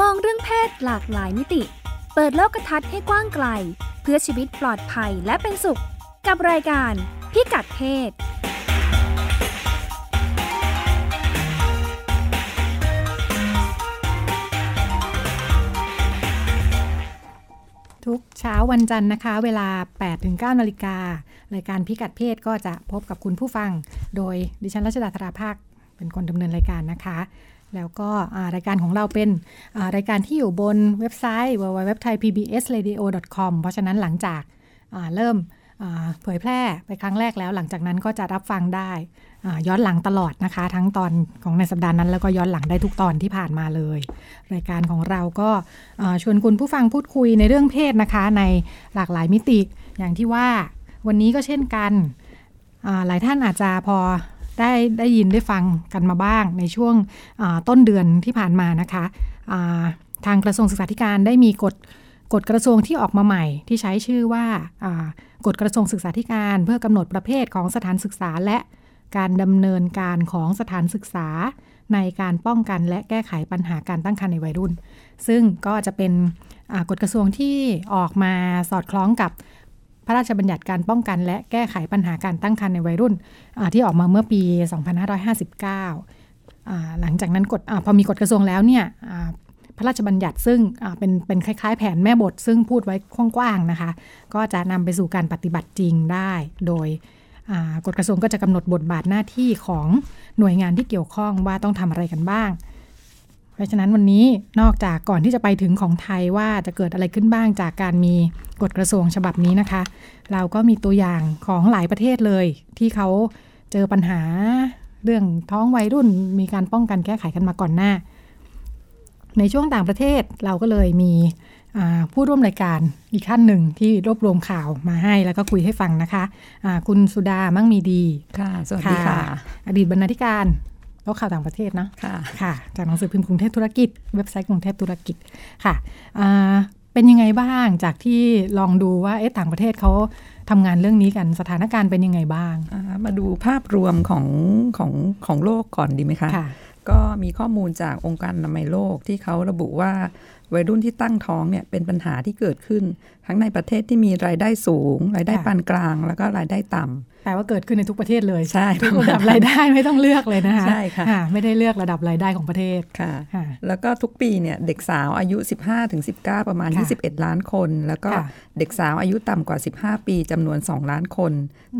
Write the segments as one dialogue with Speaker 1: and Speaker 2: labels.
Speaker 1: ศหลากหลายมิติ เปิดโลกทัศน์ให้กว้างไกล เพื่อชีวิตปลอดภัยและเป็นสุข กับรายการพิกัดเพศ
Speaker 2: ทุกเช้าวันจันทร์นะคะ เวลา 8-9นาฬิการายการพิกัดเพศก็จะพบกับคุณผู้ฟัง โดยดิฉันรัชดาธราภาคเป็นคนดำเนินรายการนะคะ แล้วก็อ่ารายการของเราเป็นอ่ารายการที่อยู่บนเว็บไซต์ www.thaipbsradio.com เพราะฉะนั้นหลังจากอ่าเริ่มอ่าเผยแพร่ไปครั้งแรกแล้ว หลังจากนั้นก็จะรับฟังได้อ่าย้อนหลังตลอดนะคะ ทั้งตอนของในสัปดาห์นั้น แล้วก็ย้อนหลังได้ทุกตอนที่ผ่านมาเลย รายการของเราก็เอ่อชวนคุณผู้ฟังพูดคุยในเรื่องเพศนะคะ ในหลากหลายมิติอย่างที่ว่าวันนี้ก็เช่นกันอ่าหลายท่านอาจจะพอได้ได้ยินได้ฟังกันมาบ้างในช่วงอ่าต้นเดือนที่ผ่านมานะคะอ่าทางกระทรวงศึกษาธิการได้มีกฎกฎกระทรวงที่ออกมาใหม่ ที่ใช้ชื่อว่าอ่ากฎกระทรวงศึกษาธิการเพื่อกำหนดประเภทของสถานศึกษาและการดำเนินการของสถานศึกษา ในการป้องกันและแก้ไขปัญหาการตั้งครรภ์ในวัยรุ่น ซึ่งก็จะเป็นอ่ากฎกระทรวงที่ออกมาสอดคล้องกับพระราชบัญญัติการป้องกันและแก้ไขปัญหาการตั้งครรภ์ในวัยรุ่นอ่าที่ออกมาเมื่อปี 2559อ่าหลังจากนั้นกฎอาพอมีกฎกระทรวงแล้วเนี่ยอ่าพระราชบัญญัติซึ่งอ่าเป็นเป็นคล้ายๆ แผนแม่บท ซึ่งพูดไว้กว้างๆนะคะ ก็จะนำไปสู่การปฏิบัติจริงได้ โดยอ่ากฎกระทรวงก็จะกำหนดบทบาทหน้าที่ของ หน่วยงานที่เกี่ยวข้องว่าต้องทำอะไรกันบ้าง เพราะฉะนั้นวันนี้นอกจากก่อนที่จะไปถึงของไทยว่าจะเกิดอะไรขึ้นบ้างจากการมีกฎกระทรวงฉบับนี้นะคะ เราก็มีตัวอย่างของหลายประเทศเลย ที่เขาเจอปัญหาเรื่องท้องวัยรุ่นมีการป้องกันแก้ไขกันมาก่อนหน้า ในช่วงต่างประเทศเราก็เลยมีอ่าผู้ร่วมรายการอีกท่านหนึ่งที่รวบรวมข่าวมาให้แล้วก็คุยให้ฟังนะคะะคุณสุดามั่งมีดี
Speaker 3: ค่ะ สวัสดีค่ะ
Speaker 2: อดีตบรรณาธิการแล้วข่าวต่างประเทศนะ
Speaker 3: ค่ะ
Speaker 2: ค่ะ จากหนังสือพิมพ์กรุงเทพธุรกิจ เว็บไซต์กรุงเทพธุรกิจค่ะอ่าเป็นยังไงบ้างจากที่ลองดูว่าเอ๊ะต่างประเทศเขาทำงานเรื่องนี้กันสถานการณ์เป็นยังไงบ้าง
Speaker 3: อ่ามาดูภาพรวมของของของโลกก่อนดีไหมคะ
Speaker 2: ค่ะ
Speaker 3: ก็มีข้อมูลจากองค์การอนามัยโลกที่เขาระบุว่าวัยรุ่นที่ตั้งท้องเนี่ยเป็นปัญหาที่เกิดขึ้น ทั้งในประเทศที่มีรายได้สูง รายได้
Speaker 2: ค่ะ
Speaker 3: ปานกลาง แล้วก็รายได้ต่ำ
Speaker 2: แปลว่าเกิดขึ้นในทุกประเทศเลย
Speaker 3: ใช่
Speaker 2: ทุก
Speaker 3: ประมาณ
Speaker 2: ระดับรายได้ไม่ต้องเลือกเลยนะคะ
Speaker 3: ใช่ค่ะ
Speaker 2: ไม่ได้เลือกระดับรายได้ของประเทศ
Speaker 3: ค่ะ
Speaker 2: ค่ะ
Speaker 3: แล้วก็ทุกปีเนี่ยเด็กสาวอายุ 15-19 ประมาณ
Speaker 2: ค่ะ
Speaker 3: 21 ล้านคน แล้วก็
Speaker 2: ค่ะ
Speaker 3: เด็กสาวอายุต่ำกว่า 15 ปีจำนวน 2 ล้านคน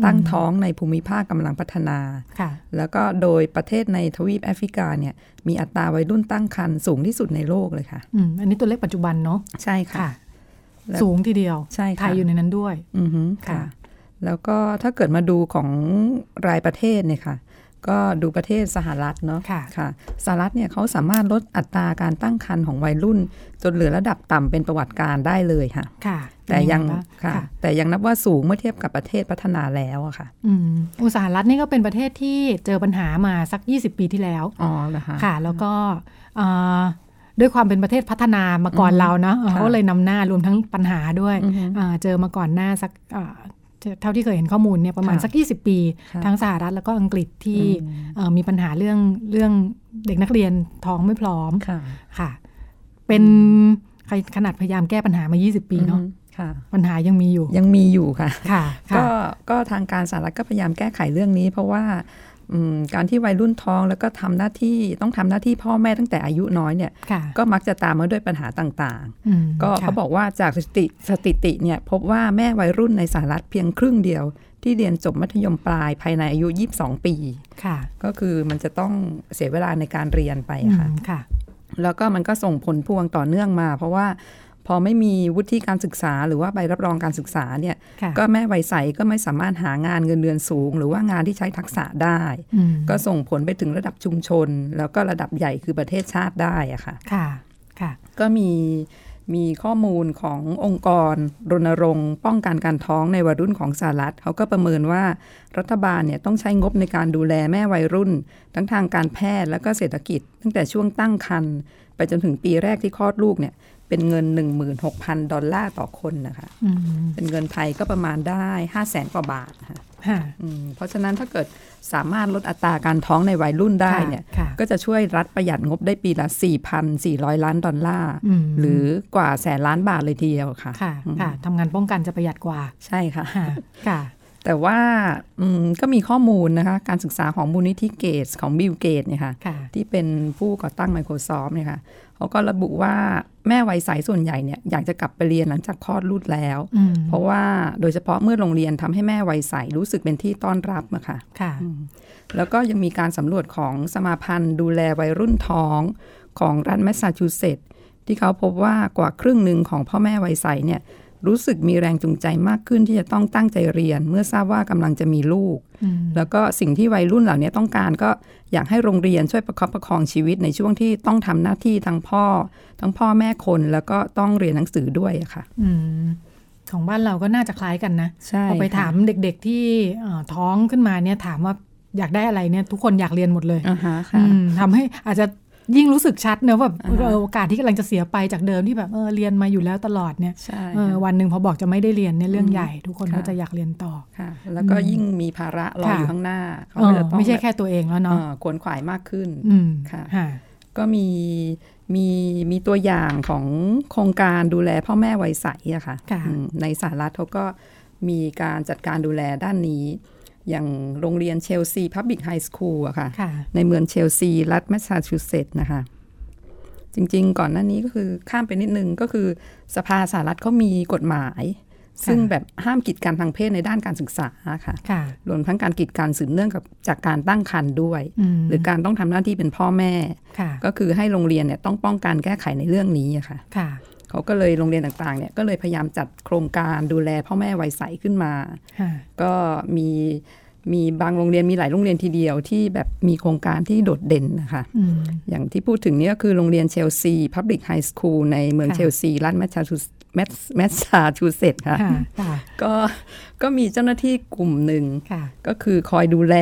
Speaker 3: ตั้งท้องในภูมิภาคกำลังพัฒนา
Speaker 2: ค่ะ
Speaker 3: แล้วก็โดยประเทศในทวีปแอฟริกาเนี่ยมีอัตราวัยรุ่นตั้งครรภ์สูงที่สุดในโลกเลยค่ะ
Speaker 2: อืมอันนี้ตัวเลขปัจจุบันเนาะ
Speaker 3: ใช่ค่ะ แล้ว
Speaker 2: สูงทีเดียว
Speaker 3: ใช่
Speaker 2: ไท
Speaker 3: ค่ะ
Speaker 2: ยอยู่ในนั้นด้วย
Speaker 3: อือฮึ
Speaker 2: ค่ะ
Speaker 3: ค่ะ แล้วก็ถ้าเกิดมาดูของรายประเทศเนี่ยค่ะ ก็ดูประเทศสหรัฐเนาะ
Speaker 2: ค่ะ
Speaker 3: ค่ะสหรัฐเนี่ยเขาสามารถลดอัตราการตั้งครรภ์ของวัยรุ่น จนเหลือระดับต่ำเป็นประวัติการณ์ได้เลยค่ะ
Speaker 2: ค่ะ
Speaker 3: แต่ยัง
Speaker 2: เป็นไบ้า
Speaker 3: ค่ะ
Speaker 2: ค่ะ
Speaker 3: แต่ยังนับว่าสูงเมื่อเทียบกับประเทศพัฒนาแล้วอะค่ะ
Speaker 2: อืมอุตสาหรัฐนี่ก็เป็นประเทศที่เจอปัญหามาสัก 20 ปีที่แล้ว
Speaker 3: อ๋อเหรอคะ
Speaker 2: ค่ะ แล้วก็เอ่อด้วยความเป็นประเทศพัฒนามาก่อน
Speaker 3: อืม
Speaker 2: เราเนาะเออ
Speaker 3: ค่ะ
Speaker 2: เขาเลยนำหน้ารวมทั้งปัญหาด้วย
Speaker 3: อือฮึ
Speaker 2: เอ่อเจอมาก่อนหน้าสักเอ่อเท่าที่เคยเห็นข้อมูลเนี่ยประมาณ
Speaker 3: ค่ะ
Speaker 2: สัก 20 ปี
Speaker 3: ค่ะ
Speaker 2: ทั้งสหรัฐแล้วก็อังกฤษที่
Speaker 3: อืม
Speaker 2: เอ่อมีปัญหาเรื่องเรื่องเด็กนักเรียนท้องไม่พร้อม
Speaker 3: ค่ะ
Speaker 2: ค่ะ เป็นใครขนาดพยายามแก้ปัญหามา 20 ปีเนาะ
Speaker 3: อือฮึค่ะ
Speaker 2: ปัญหายังมีอยู่
Speaker 3: ยังมีอยู่ค่ะ
Speaker 2: ค่ะ
Speaker 3: ก็
Speaker 2: ค่ะ
Speaker 3: ก็ทางการสหรัฐก็พยายามแก้ไขเรื่องนี้ เพราะว่าอืมการที่วัยรุ่นท้องแล้วก็ทำหน้าที่ต้องทำหน้าที่พ่อแม่ตั้งแต่อายุน้อยเนี่ย
Speaker 2: ค่ะ
Speaker 3: ก็มักจะตามมาด้วยปัญหาต่าง
Speaker 2: อืม
Speaker 3: ๆ ก็
Speaker 2: ค่ะ
Speaker 3: เขาบอกว่าจากสถิติสถิติเนี่ยพบว่าแม่วัยรุ่นในสหรัฐเพียงครึ่งเดียว ที่เรียนจบมัธยมปลายภายในอายุ 22 ปี
Speaker 2: ค่ะ
Speaker 3: ก็คือมันจะต้องเสียเวลาในการเรียนไป
Speaker 2: อื
Speaker 3: ค่ะ
Speaker 2: มค่ะ
Speaker 3: แล้วก็มันก็ส่งผลพวงต่อเนื่องมา เพราะว่าพอไม่มีวุฒิการศึกษา หรือว่าใบรับรองการศึกษาเนี่ย
Speaker 2: ค่ะ
Speaker 3: ก็แม่วัยใสก็ไม่สามารถหางานเงินเดือนสูง หรือว่างานที่ใช้ทักษะได้
Speaker 2: อืม
Speaker 3: ก็ส่งผลไปถึงระดับชุมชน แล้วก็ระดับใหญ่คือประเทศชาติได้อะค่ะ
Speaker 2: ค่ะค่ะ
Speaker 3: ก็มีมีข้อมูลขององค์กร รณรงค์ป้องกันการท้องในวัยรุ่นของสหรัฐเขาก็ประเมินว่ารัฐบาลเนี่ยต้องใช้งบในการดูแลแม่วัยรุ่น ทั้งทางการแพทย์และก็เศรษฐกิจ ตั้งแต่ช่วงตั้งครรภ์ไปจนถึงปีแรกที่คลอดลูกเนี่ยเป็นเงิน 16,000 ดอลลาร์ต่อคนนะคะ
Speaker 2: อืม
Speaker 3: เป็นเงินไทยก็ประมาณได้ 5 0 0แสนกว่าบาทค่ะ
Speaker 2: ค่ะ
Speaker 3: อืมเพราะฉะนั้นถ้าเกิดสามารถลดอัตราการท้องในวัยรุ่นได้เนี่ย
Speaker 2: ค่ะ
Speaker 3: ก็จะช่วยรัฐประหยัดงบได้ปีละ 4,400 ล้านดอลลาร์
Speaker 2: อืม
Speaker 3: หรือกว่าแสนล้านบาทเลยทีเดียวค่ะ
Speaker 2: ค่ะ
Speaker 3: อืม
Speaker 2: ค่ะทำงานป้องกันจะประหยัดกว่า
Speaker 3: ใช่ค่ะ
Speaker 2: ค่ะค่ะ
Speaker 3: แต่ว่าอืมก็มีข้อมูลนะคะ การศึกษาของมูลนิธิเกตของบิลเกตเนี่ยค่ะ
Speaker 2: ค่ะ
Speaker 3: ที่เป็นผู้ก่อตั้ง Microsoft เนี่ยค่ะเขาก็ระบุว่าแม่วัยใสส่วนใหญ่เนี่ยอยากจะกลับไปเรียนหลังจากคลอดลูกแล้ว
Speaker 2: อืม
Speaker 3: เพราะว่าโดยเฉพาะเมื่อโรงเรียนทำให้แม่วัยใสรู้สึกเป็นที่ต้อนรับอะค่ะ
Speaker 2: ค่ะ
Speaker 3: แล้วก็ยังมีการสำรวจของสมาพันธ์ดูแลวัยรุ่นท้องของรัฐแมสซาชูเซตส์ที่เขาพบว่ากว่าครึ่งหนึ่งของพ่อแม่วัยใสเนี่ยรู้สึกมีแรงจูงใจมากขึ้นที่จะต้องตั้งใจเรียน เมื่อทราบว่ากำลังจะมีลูก
Speaker 2: อืม
Speaker 3: แล้วก็สิ่งที่วัยรุ่นเหล่านี้ต้องการก็อยากให้โรงเรียนช่วยประคับประคองชีวิตในช่วงที่ต้องทำหน้าที่ทั้งพ่อ ทั้งพ่อแม่คนแล้วก็ต้องเรียนหนังสือด้วยอะค่ะ
Speaker 2: อืมของบ้านเราก็น่าจะคล้ายกันนะ
Speaker 3: ใช่
Speaker 2: พอไป
Speaker 3: ค่ะ
Speaker 2: ถามเด็กๆที่เอ่อท้องขึ้นมาเนี่ยถามว่าอยากได้อะไรเนี่ยทุกคนอยากเรียนหมดเลย
Speaker 3: อ่าฮะ
Speaker 2: อื
Speaker 3: ค่ะ
Speaker 2: มทำให้อาจจะยิ่งรู้สึกชัดเนอะแบบ
Speaker 3: อ่าฮะ
Speaker 2: เออโอกาสที่กำลังจะเสียไปจากเดิมที่แบบเออเรียนมาอยู่แล้วตลอดเนี่ย
Speaker 3: ใช่
Speaker 2: เออ
Speaker 3: ค่ะ
Speaker 2: วันหนึ่งพอบอกจะไม่ได้เรียนเนี่ยเรื่อง
Speaker 3: อืม
Speaker 2: ใหญ่ ทุกคน
Speaker 3: ค่ะ
Speaker 2: ก็จะอยากเรียนต่อ
Speaker 3: ค่ะ แล้วก็
Speaker 2: อืม
Speaker 3: ยิ่งมีภาระรอ
Speaker 2: ค่ะ
Speaker 3: อยู่ข้างหน้าเขา
Speaker 2: เอ
Speaker 3: ก็
Speaker 2: อ
Speaker 3: จะต้อง
Speaker 2: ไม่ใช่
Speaker 3: แบบ
Speaker 2: แค่ตัวเองแล้วเนาะ
Speaker 3: เอ่อขวนขวายมากขึ้น
Speaker 2: อืม
Speaker 3: ค่ะ
Speaker 2: ค่ะ
Speaker 3: ก็มีมีมีตัวอย่างของโครงการดูแลพ่อแม่วัยใสอะค่ะ
Speaker 2: ค่ะ
Speaker 3: อืมในสหรัฐเขาก็มีการจัดการดูแลด้านนี้ อย่างโรงเรียนเชลซีพับบิ c ไฮสคูลอะค่ะ
Speaker 2: ค่ะ
Speaker 3: ในเมืองเชลซี รัฐแมสซาชูเซตส์นะคะ จริงๆ ก่อนหน้านี้ก็คือข้ามไปนิดนึงก็คือสภาสหรัฐเขามีกฎหมาย ซึ่งแบบห้ามกีดกันทางเพศในด้านการศึกษาค่ะ
Speaker 2: ค่ะ
Speaker 3: รวมทั้งการกีดกันสืบเนื่องกับจากการตั้งครรภ์ด้วย
Speaker 2: ม
Speaker 3: หรือการต้องทำหน้าที่เป็นพ่อแม่
Speaker 2: ค่ะ
Speaker 3: ก็คือให้โรงเรียนเนี่ยต้องป้องกันแก้ไขในเรื่องนี้อะค่ะ
Speaker 2: ค่ะ
Speaker 3: เขาก็เลยโรงเรียนต่างๆเนี่ยก็เลยพยายามจัดโครงการดูแลพ่อแม่วัยใสขึ้นมา
Speaker 2: ค่ะ
Speaker 3: ก็มีมีบางโรงเรียนมีหลายโรงเรียนทีเดียวที่แบบมีโครงการที่โดดเด่นนะคะ
Speaker 2: อืม
Speaker 3: อย่างที่พูดถึงเนี่ยก็คือโรงเรียนเชลซีพับลิกไฮสคูลในเมือง
Speaker 2: ค่ะ
Speaker 3: เชลซีรัฐแมสซาชูแมสซาชูเซตส์ค่ะ
Speaker 2: ค่ะค่ะ
Speaker 3: ก็ก็มีเจ้าหน้าที่กลุ่มหนึ่ง
Speaker 2: ค่ะ
Speaker 3: ก็คือคอยดูแล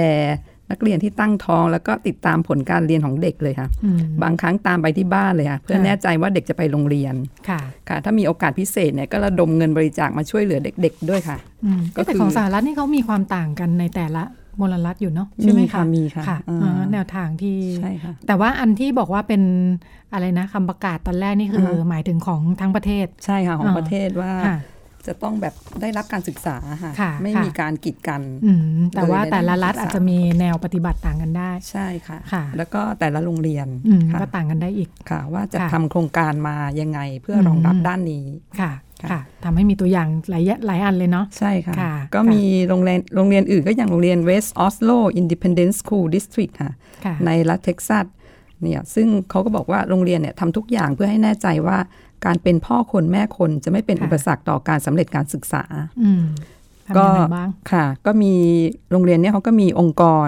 Speaker 3: นักเรียนที่ตั้งท้อง แล้วก็ติดตามผลการเรียนของเด็กเลยค่ะ
Speaker 2: อืม
Speaker 3: บางครั้งตามไปที่บ้านเลยค่ะเพื่อ
Speaker 2: ค่ะ
Speaker 3: แน่ใจว่าเด็กจะไปโรงเรียน
Speaker 2: ค่ะ
Speaker 3: ค่ะ ถ้ามีโอกาสพิเศษเนี่ยก็ระดมเงินบริจาคมาช่วยเหลือเด็ก ๆ ด้วยค่ะ
Speaker 2: อืม
Speaker 3: ก็
Speaker 2: แต่
Speaker 3: คือ
Speaker 2: ของสหรัฐนี่เขามีความต่างกันในแต่ละมลรัฐอยู่เนาะใช่ไหมคะ
Speaker 3: มีค่ะ
Speaker 2: ค่ะ
Speaker 3: อ่า
Speaker 2: อ่าแนวทางที่
Speaker 3: ใช่ค่ะ
Speaker 2: แต่ว่าอันที่บอกว่าเป็นอะไรนะคำประกาศตอนแรกนี่คืออ
Speaker 3: อฮะ
Speaker 2: หมายถึงของทั้งประเทศ
Speaker 3: ใช่ค่ะของ
Speaker 2: อ่า
Speaker 3: ประเทศว่า
Speaker 2: ค่ะ
Speaker 3: จะต้องแบบได้รับการศึกษาค่ะ
Speaker 2: ค่ะ
Speaker 3: ไม่
Speaker 2: ค่ะ
Speaker 3: มีการกีดกัน
Speaker 2: อืมแต่ว่าแต่ละรัฐ
Speaker 3: โดยในด้านการศึกษา
Speaker 2: อาจจะมีแนวปฏิบัติต่างกันได้
Speaker 3: ใช่ค่ะ
Speaker 2: ค่ะ
Speaker 3: แล้วก็แต่ละโรงเรียน
Speaker 2: อืม
Speaker 3: ค่ะ
Speaker 2: ก็ต่างกันได้อีก
Speaker 3: ค่ะ ว่าจะ
Speaker 2: ค่ะ
Speaker 3: ทำโครงการมายังไงเพื่อรองรับด้านนี้
Speaker 2: ค่ะ
Speaker 3: ค่ะ
Speaker 2: ค่ะทำให้มีตัวอย่างหลายแยะหลายอันเลยเนาะ
Speaker 3: ใช่ค่ะ
Speaker 2: ค่ะ
Speaker 3: ก็
Speaker 2: ค่ะ
Speaker 3: มีโรงเรียนโรงเรียนอื่นก็อย่างโรงเรียน West Oslo Independent School District ค่ะ
Speaker 2: ค่ะ
Speaker 3: ในรัฐเท็กซัสเนี่ยซึ่งเขาก็บอกว่าโรงเรียนเนี่ยทำทุกอย่างเพื่อให้แน่ใจว่าการเป็นพ่อคนแม่คนจะไม่เป็น
Speaker 2: ค่ะ
Speaker 3: อุปสรรคต่อการสำเร็จการศึกษา
Speaker 2: อืม
Speaker 3: ก็
Speaker 2: ทำยังไงบ้าง
Speaker 3: ค่ะ ก็มีโรงเรียนเนี่ยเขาก็มีองค์กร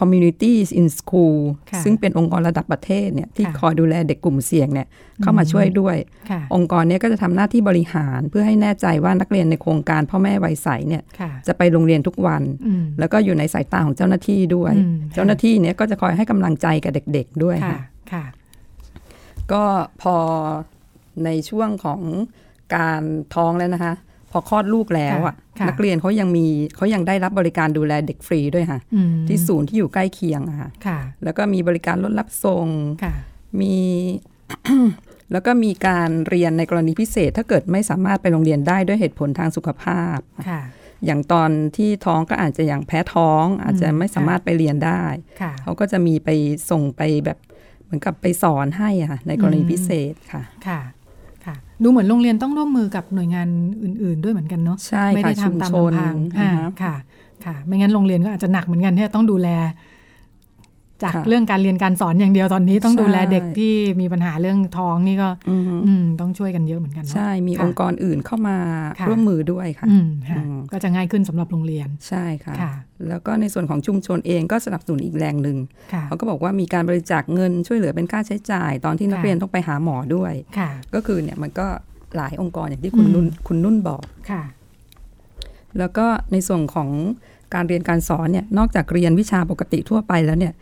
Speaker 3: Communities in School
Speaker 2: ค่ะ
Speaker 3: ซึ่งเป็นองค์กรระดับประเทศเนี่ยที่
Speaker 2: ค่ะ
Speaker 3: คอยดูแลเด็กกลุ่มเสี่ยงเนี่ยเข้ามา
Speaker 2: อืม
Speaker 3: ช่วยด้วย
Speaker 2: ค่ะ
Speaker 3: องค์กรเนี่ยก็จะทำหน้าที่บริหารเพื่อให้แน่ใจว่านักเรียนในโครงการพ่อแม่วัยใสเนี่ย
Speaker 2: ค่ะ
Speaker 3: จะไปโรงเรียนทุกวัน
Speaker 2: อืม
Speaker 3: แล้วก็อยู่ในสายตาของเจ้าหน้าที่ด้วย
Speaker 2: อืม
Speaker 3: เจ้าหน้าที่เนี่ยก็จะคอยให้กำลังใจกับเด็ก ๆ ด้วย
Speaker 2: ค่ะ
Speaker 3: ค่ะ
Speaker 2: ค่ะ
Speaker 3: ก็พอในช่วงของการท้องแล้วนะคะ พอคลอดลูกแล้วอ่ะ
Speaker 2: ค่ะ
Speaker 3: นักเรียนเขายังมีเขายังได้รับบริการดูแลเด็กฟรีด้วยค่ะ
Speaker 2: อืม
Speaker 3: ที่ศูนย์ที่อยู่ใกล้เคียงอะค่ะ
Speaker 2: ค่ะ
Speaker 3: แล้วก็มีบริการรถรับส่ง
Speaker 2: ค่ะ
Speaker 3: มี แล้วก็มีการเรียนในกรณีพิเศษ ถ้าเกิดไม่สามารถไปโรงเรียนได้ด้วยเหตุผลทางสุขภาพ
Speaker 2: ค่ะ
Speaker 3: อย่างตอนที่ท้องก็อาจจะอย่างแพ้ท้อง อาจจะไม่สามารถไปเรียนได้
Speaker 2: ค่ะ
Speaker 3: เขาก็จะมีไปส่งไปแบบเหมือนกับไปสอนให้อะค่ะในกรณีพิเศษค่ะ
Speaker 2: ค่ะ ค่ะ ดูเหมือนโรงเรียนต้องร่วมมือกับหน่วยงานอื่น ๆ ด้วยเหมือนกันเนาะ
Speaker 3: ใช่
Speaker 2: ไม่
Speaker 3: ค่ะ
Speaker 2: ได้
Speaker 3: ชุม
Speaker 2: ทำตาม
Speaker 3: ชน
Speaker 2: ลำพังอ่า
Speaker 3: นะคะ
Speaker 2: ค่ะ ค่ะ ไม่งั้นโรงเรียนก็อาจจะหนักเหมือนกันที่จะต้องดูแล จาก
Speaker 3: ค่ะ
Speaker 2: เรื่องการเรียนการสอนอย่างเดียวตอนนี้ต้อง
Speaker 3: ใช่
Speaker 2: ดูแลเด็กที่มีปัญหาเรื่องท้องนี่ก็
Speaker 3: อือฮึ
Speaker 2: อืม ต้องช่วยกันเยอะเหมือนกันเนาะ
Speaker 3: ใช่มี
Speaker 2: ค่ะ
Speaker 3: องค์กรอื่นเข้ามา
Speaker 2: ค่ะ
Speaker 3: ร่วมมือด้วยค่ะ
Speaker 2: อืมค่ะ
Speaker 3: อืม
Speaker 2: ก็จะง่ายขึ้นสำหรับโรงเรียน
Speaker 3: ใช่ค่ะ
Speaker 2: ค่ะ
Speaker 3: แล้วก็ในส่วนของชุมชนเองก็สนับสนุนอีกแรงหนึ่ง
Speaker 2: ค่ะ
Speaker 3: เขาก็บอกว่ามีการบริจาคเงินช่วยเหลือเป็นค่าใช้จ่าย ตอนที่นัก
Speaker 2: ค่ะ
Speaker 3: เรียนต้องไปหาหมอด้วย
Speaker 2: ค่ะ
Speaker 3: ก็คือเนี่ยมันก็หลายองค์กรอย่างที่คุณ
Speaker 2: อืม
Speaker 3: นุ่นคุณนุ่นบอก
Speaker 2: ค่ะ
Speaker 3: แล้วก็ในส่วนของการเรียนการสอนเนี่ยนอกจากเรียนวิชาปกติทั่วไปแล้วเนี่ย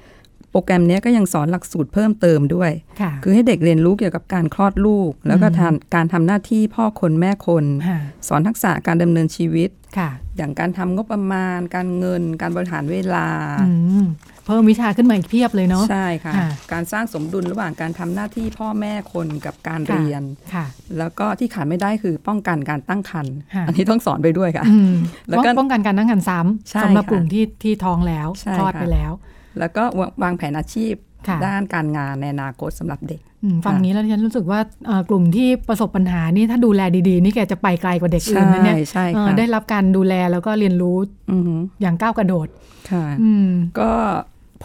Speaker 3: โปรแกรมเนี้ยก็ยังสอนหลักสูตรเพิ่มเติมด้วย
Speaker 2: ค่ะ
Speaker 3: คือให้เด็กเรียนรู้เกี่ยวกับการคลอดลูก แล้วก็
Speaker 2: อืม
Speaker 3: ทานการทำหน้าที่พ่อคนแม่คน
Speaker 2: ค่ะ
Speaker 3: สอนทักษะการดำเนินชีวิต
Speaker 2: ค่ะ
Speaker 3: อย่างการทำงบประมาณ การเงิน การบริหารเวลา
Speaker 2: อืมเพิ่มวิชาขึ้นมาอีกเพียบเลยเนาะ
Speaker 3: ใช่ค่ะ
Speaker 2: ค่ะ
Speaker 3: การสร้างสมดุลระหว่างการทำหน้าที่พ่อแม่คนกับการเรียน
Speaker 2: ค่ะ
Speaker 3: แล้วก็ที่ขาดไม่ได้คือป้องกันการตั้งครรภ์
Speaker 2: ค่ะ
Speaker 3: อันนี้ต้องสอนไปด้วยค่ะ
Speaker 2: อืม
Speaker 3: แล้วก็
Speaker 2: ป้องกันการตั้งครรภ์ซ้
Speaker 3: ใช่
Speaker 2: ำสำหรับ
Speaker 3: ค่ะ
Speaker 2: กลุ่มที่ที่ท้องแล้ว
Speaker 3: ใช่
Speaker 2: คลอด
Speaker 3: ค่ะ
Speaker 2: ไปแล้ว
Speaker 3: แล้วก็วางแผนอาชีพ
Speaker 2: ค่ะ
Speaker 3: ด้านการงานในอนาคตสำหรับเด็ก
Speaker 2: อืมฟัง
Speaker 3: ค่ะ
Speaker 2: นี้แล้วดิฉันรู้สึกว่าเอ่อกลุ่มที่ประสบปัญหานี่ถ้าดูแลดีๆ นี่แกจะไปไกลกว่าเด็กอื่น
Speaker 3: ใช่
Speaker 2: นะเนี่ย
Speaker 3: ใช่
Speaker 2: เอ่อ
Speaker 3: ค่ะ
Speaker 2: ได้รับการดูแลแล้วก็เรียนรู้
Speaker 3: อือหือ
Speaker 2: อย่างก้าวกระโดด
Speaker 3: ค่ะ
Speaker 2: อืม
Speaker 3: ก็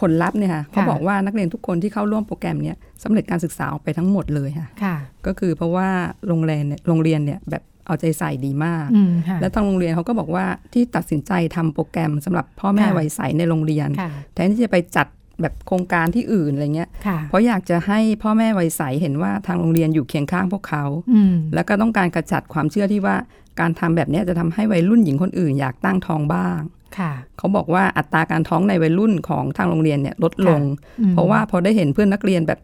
Speaker 3: ผลลัพธ์เนี่ยค่ะเขา
Speaker 2: ค่ะ
Speaker 3: บอกว่านักเรียนทุกคนที่เข้าร่วมโปรแกรมเนี้ยสำเร็จการศึกษาออกไปทั้งหมดเลยค่ะ
Speaker 2: ค่ะ
Speaker 3: ก็คือเพราะว่าโรงเรียนเนี่ยโรงเรียนเนี่ยแบบเอาใจใส่ดีมาก
Speaker 2: อืมค่ะ
Speaker 3: และทางโรงเรียนเขาก็บอกว่าที่ตัดสินใจทำโปรแกรมสำหรับพ่อแม่
Speaker 2: ค่ะ
Speaker 3: วัยใสในโรงเรียน
Speaker 2: ค่ะ
Speaker 3: แทนที่จะไปจัดแบบโครงการที่อื่นอะไรเงี้ย
Speaker 2: ค่ะ
Speaker 3: เพราะอยากจะให้พ่อแม่วัยใสเห็นว่าทางโรงเรียนอยู่เคียงข้างพวกเขา
Speaker 2: อืม
Speaker 3: แล้วก็ต้องการกระจัดความเชื่อที่ว่าการทำแบบเนี้ยจะทำให้วัยรุ่นหญิงคนอื่นอยากตั้งท้องบ้าง
Speaker 2: ค่ะ
Speaker 3: เขาบอกว่าอัตราการท้องในวัยรุ่นของทางโรงเรียนเนี่ยลดลง
Speaker 2: อืม
Speaker 3: เพราะว่าพอได้เห็นเพื่อนนักเรียนแบบ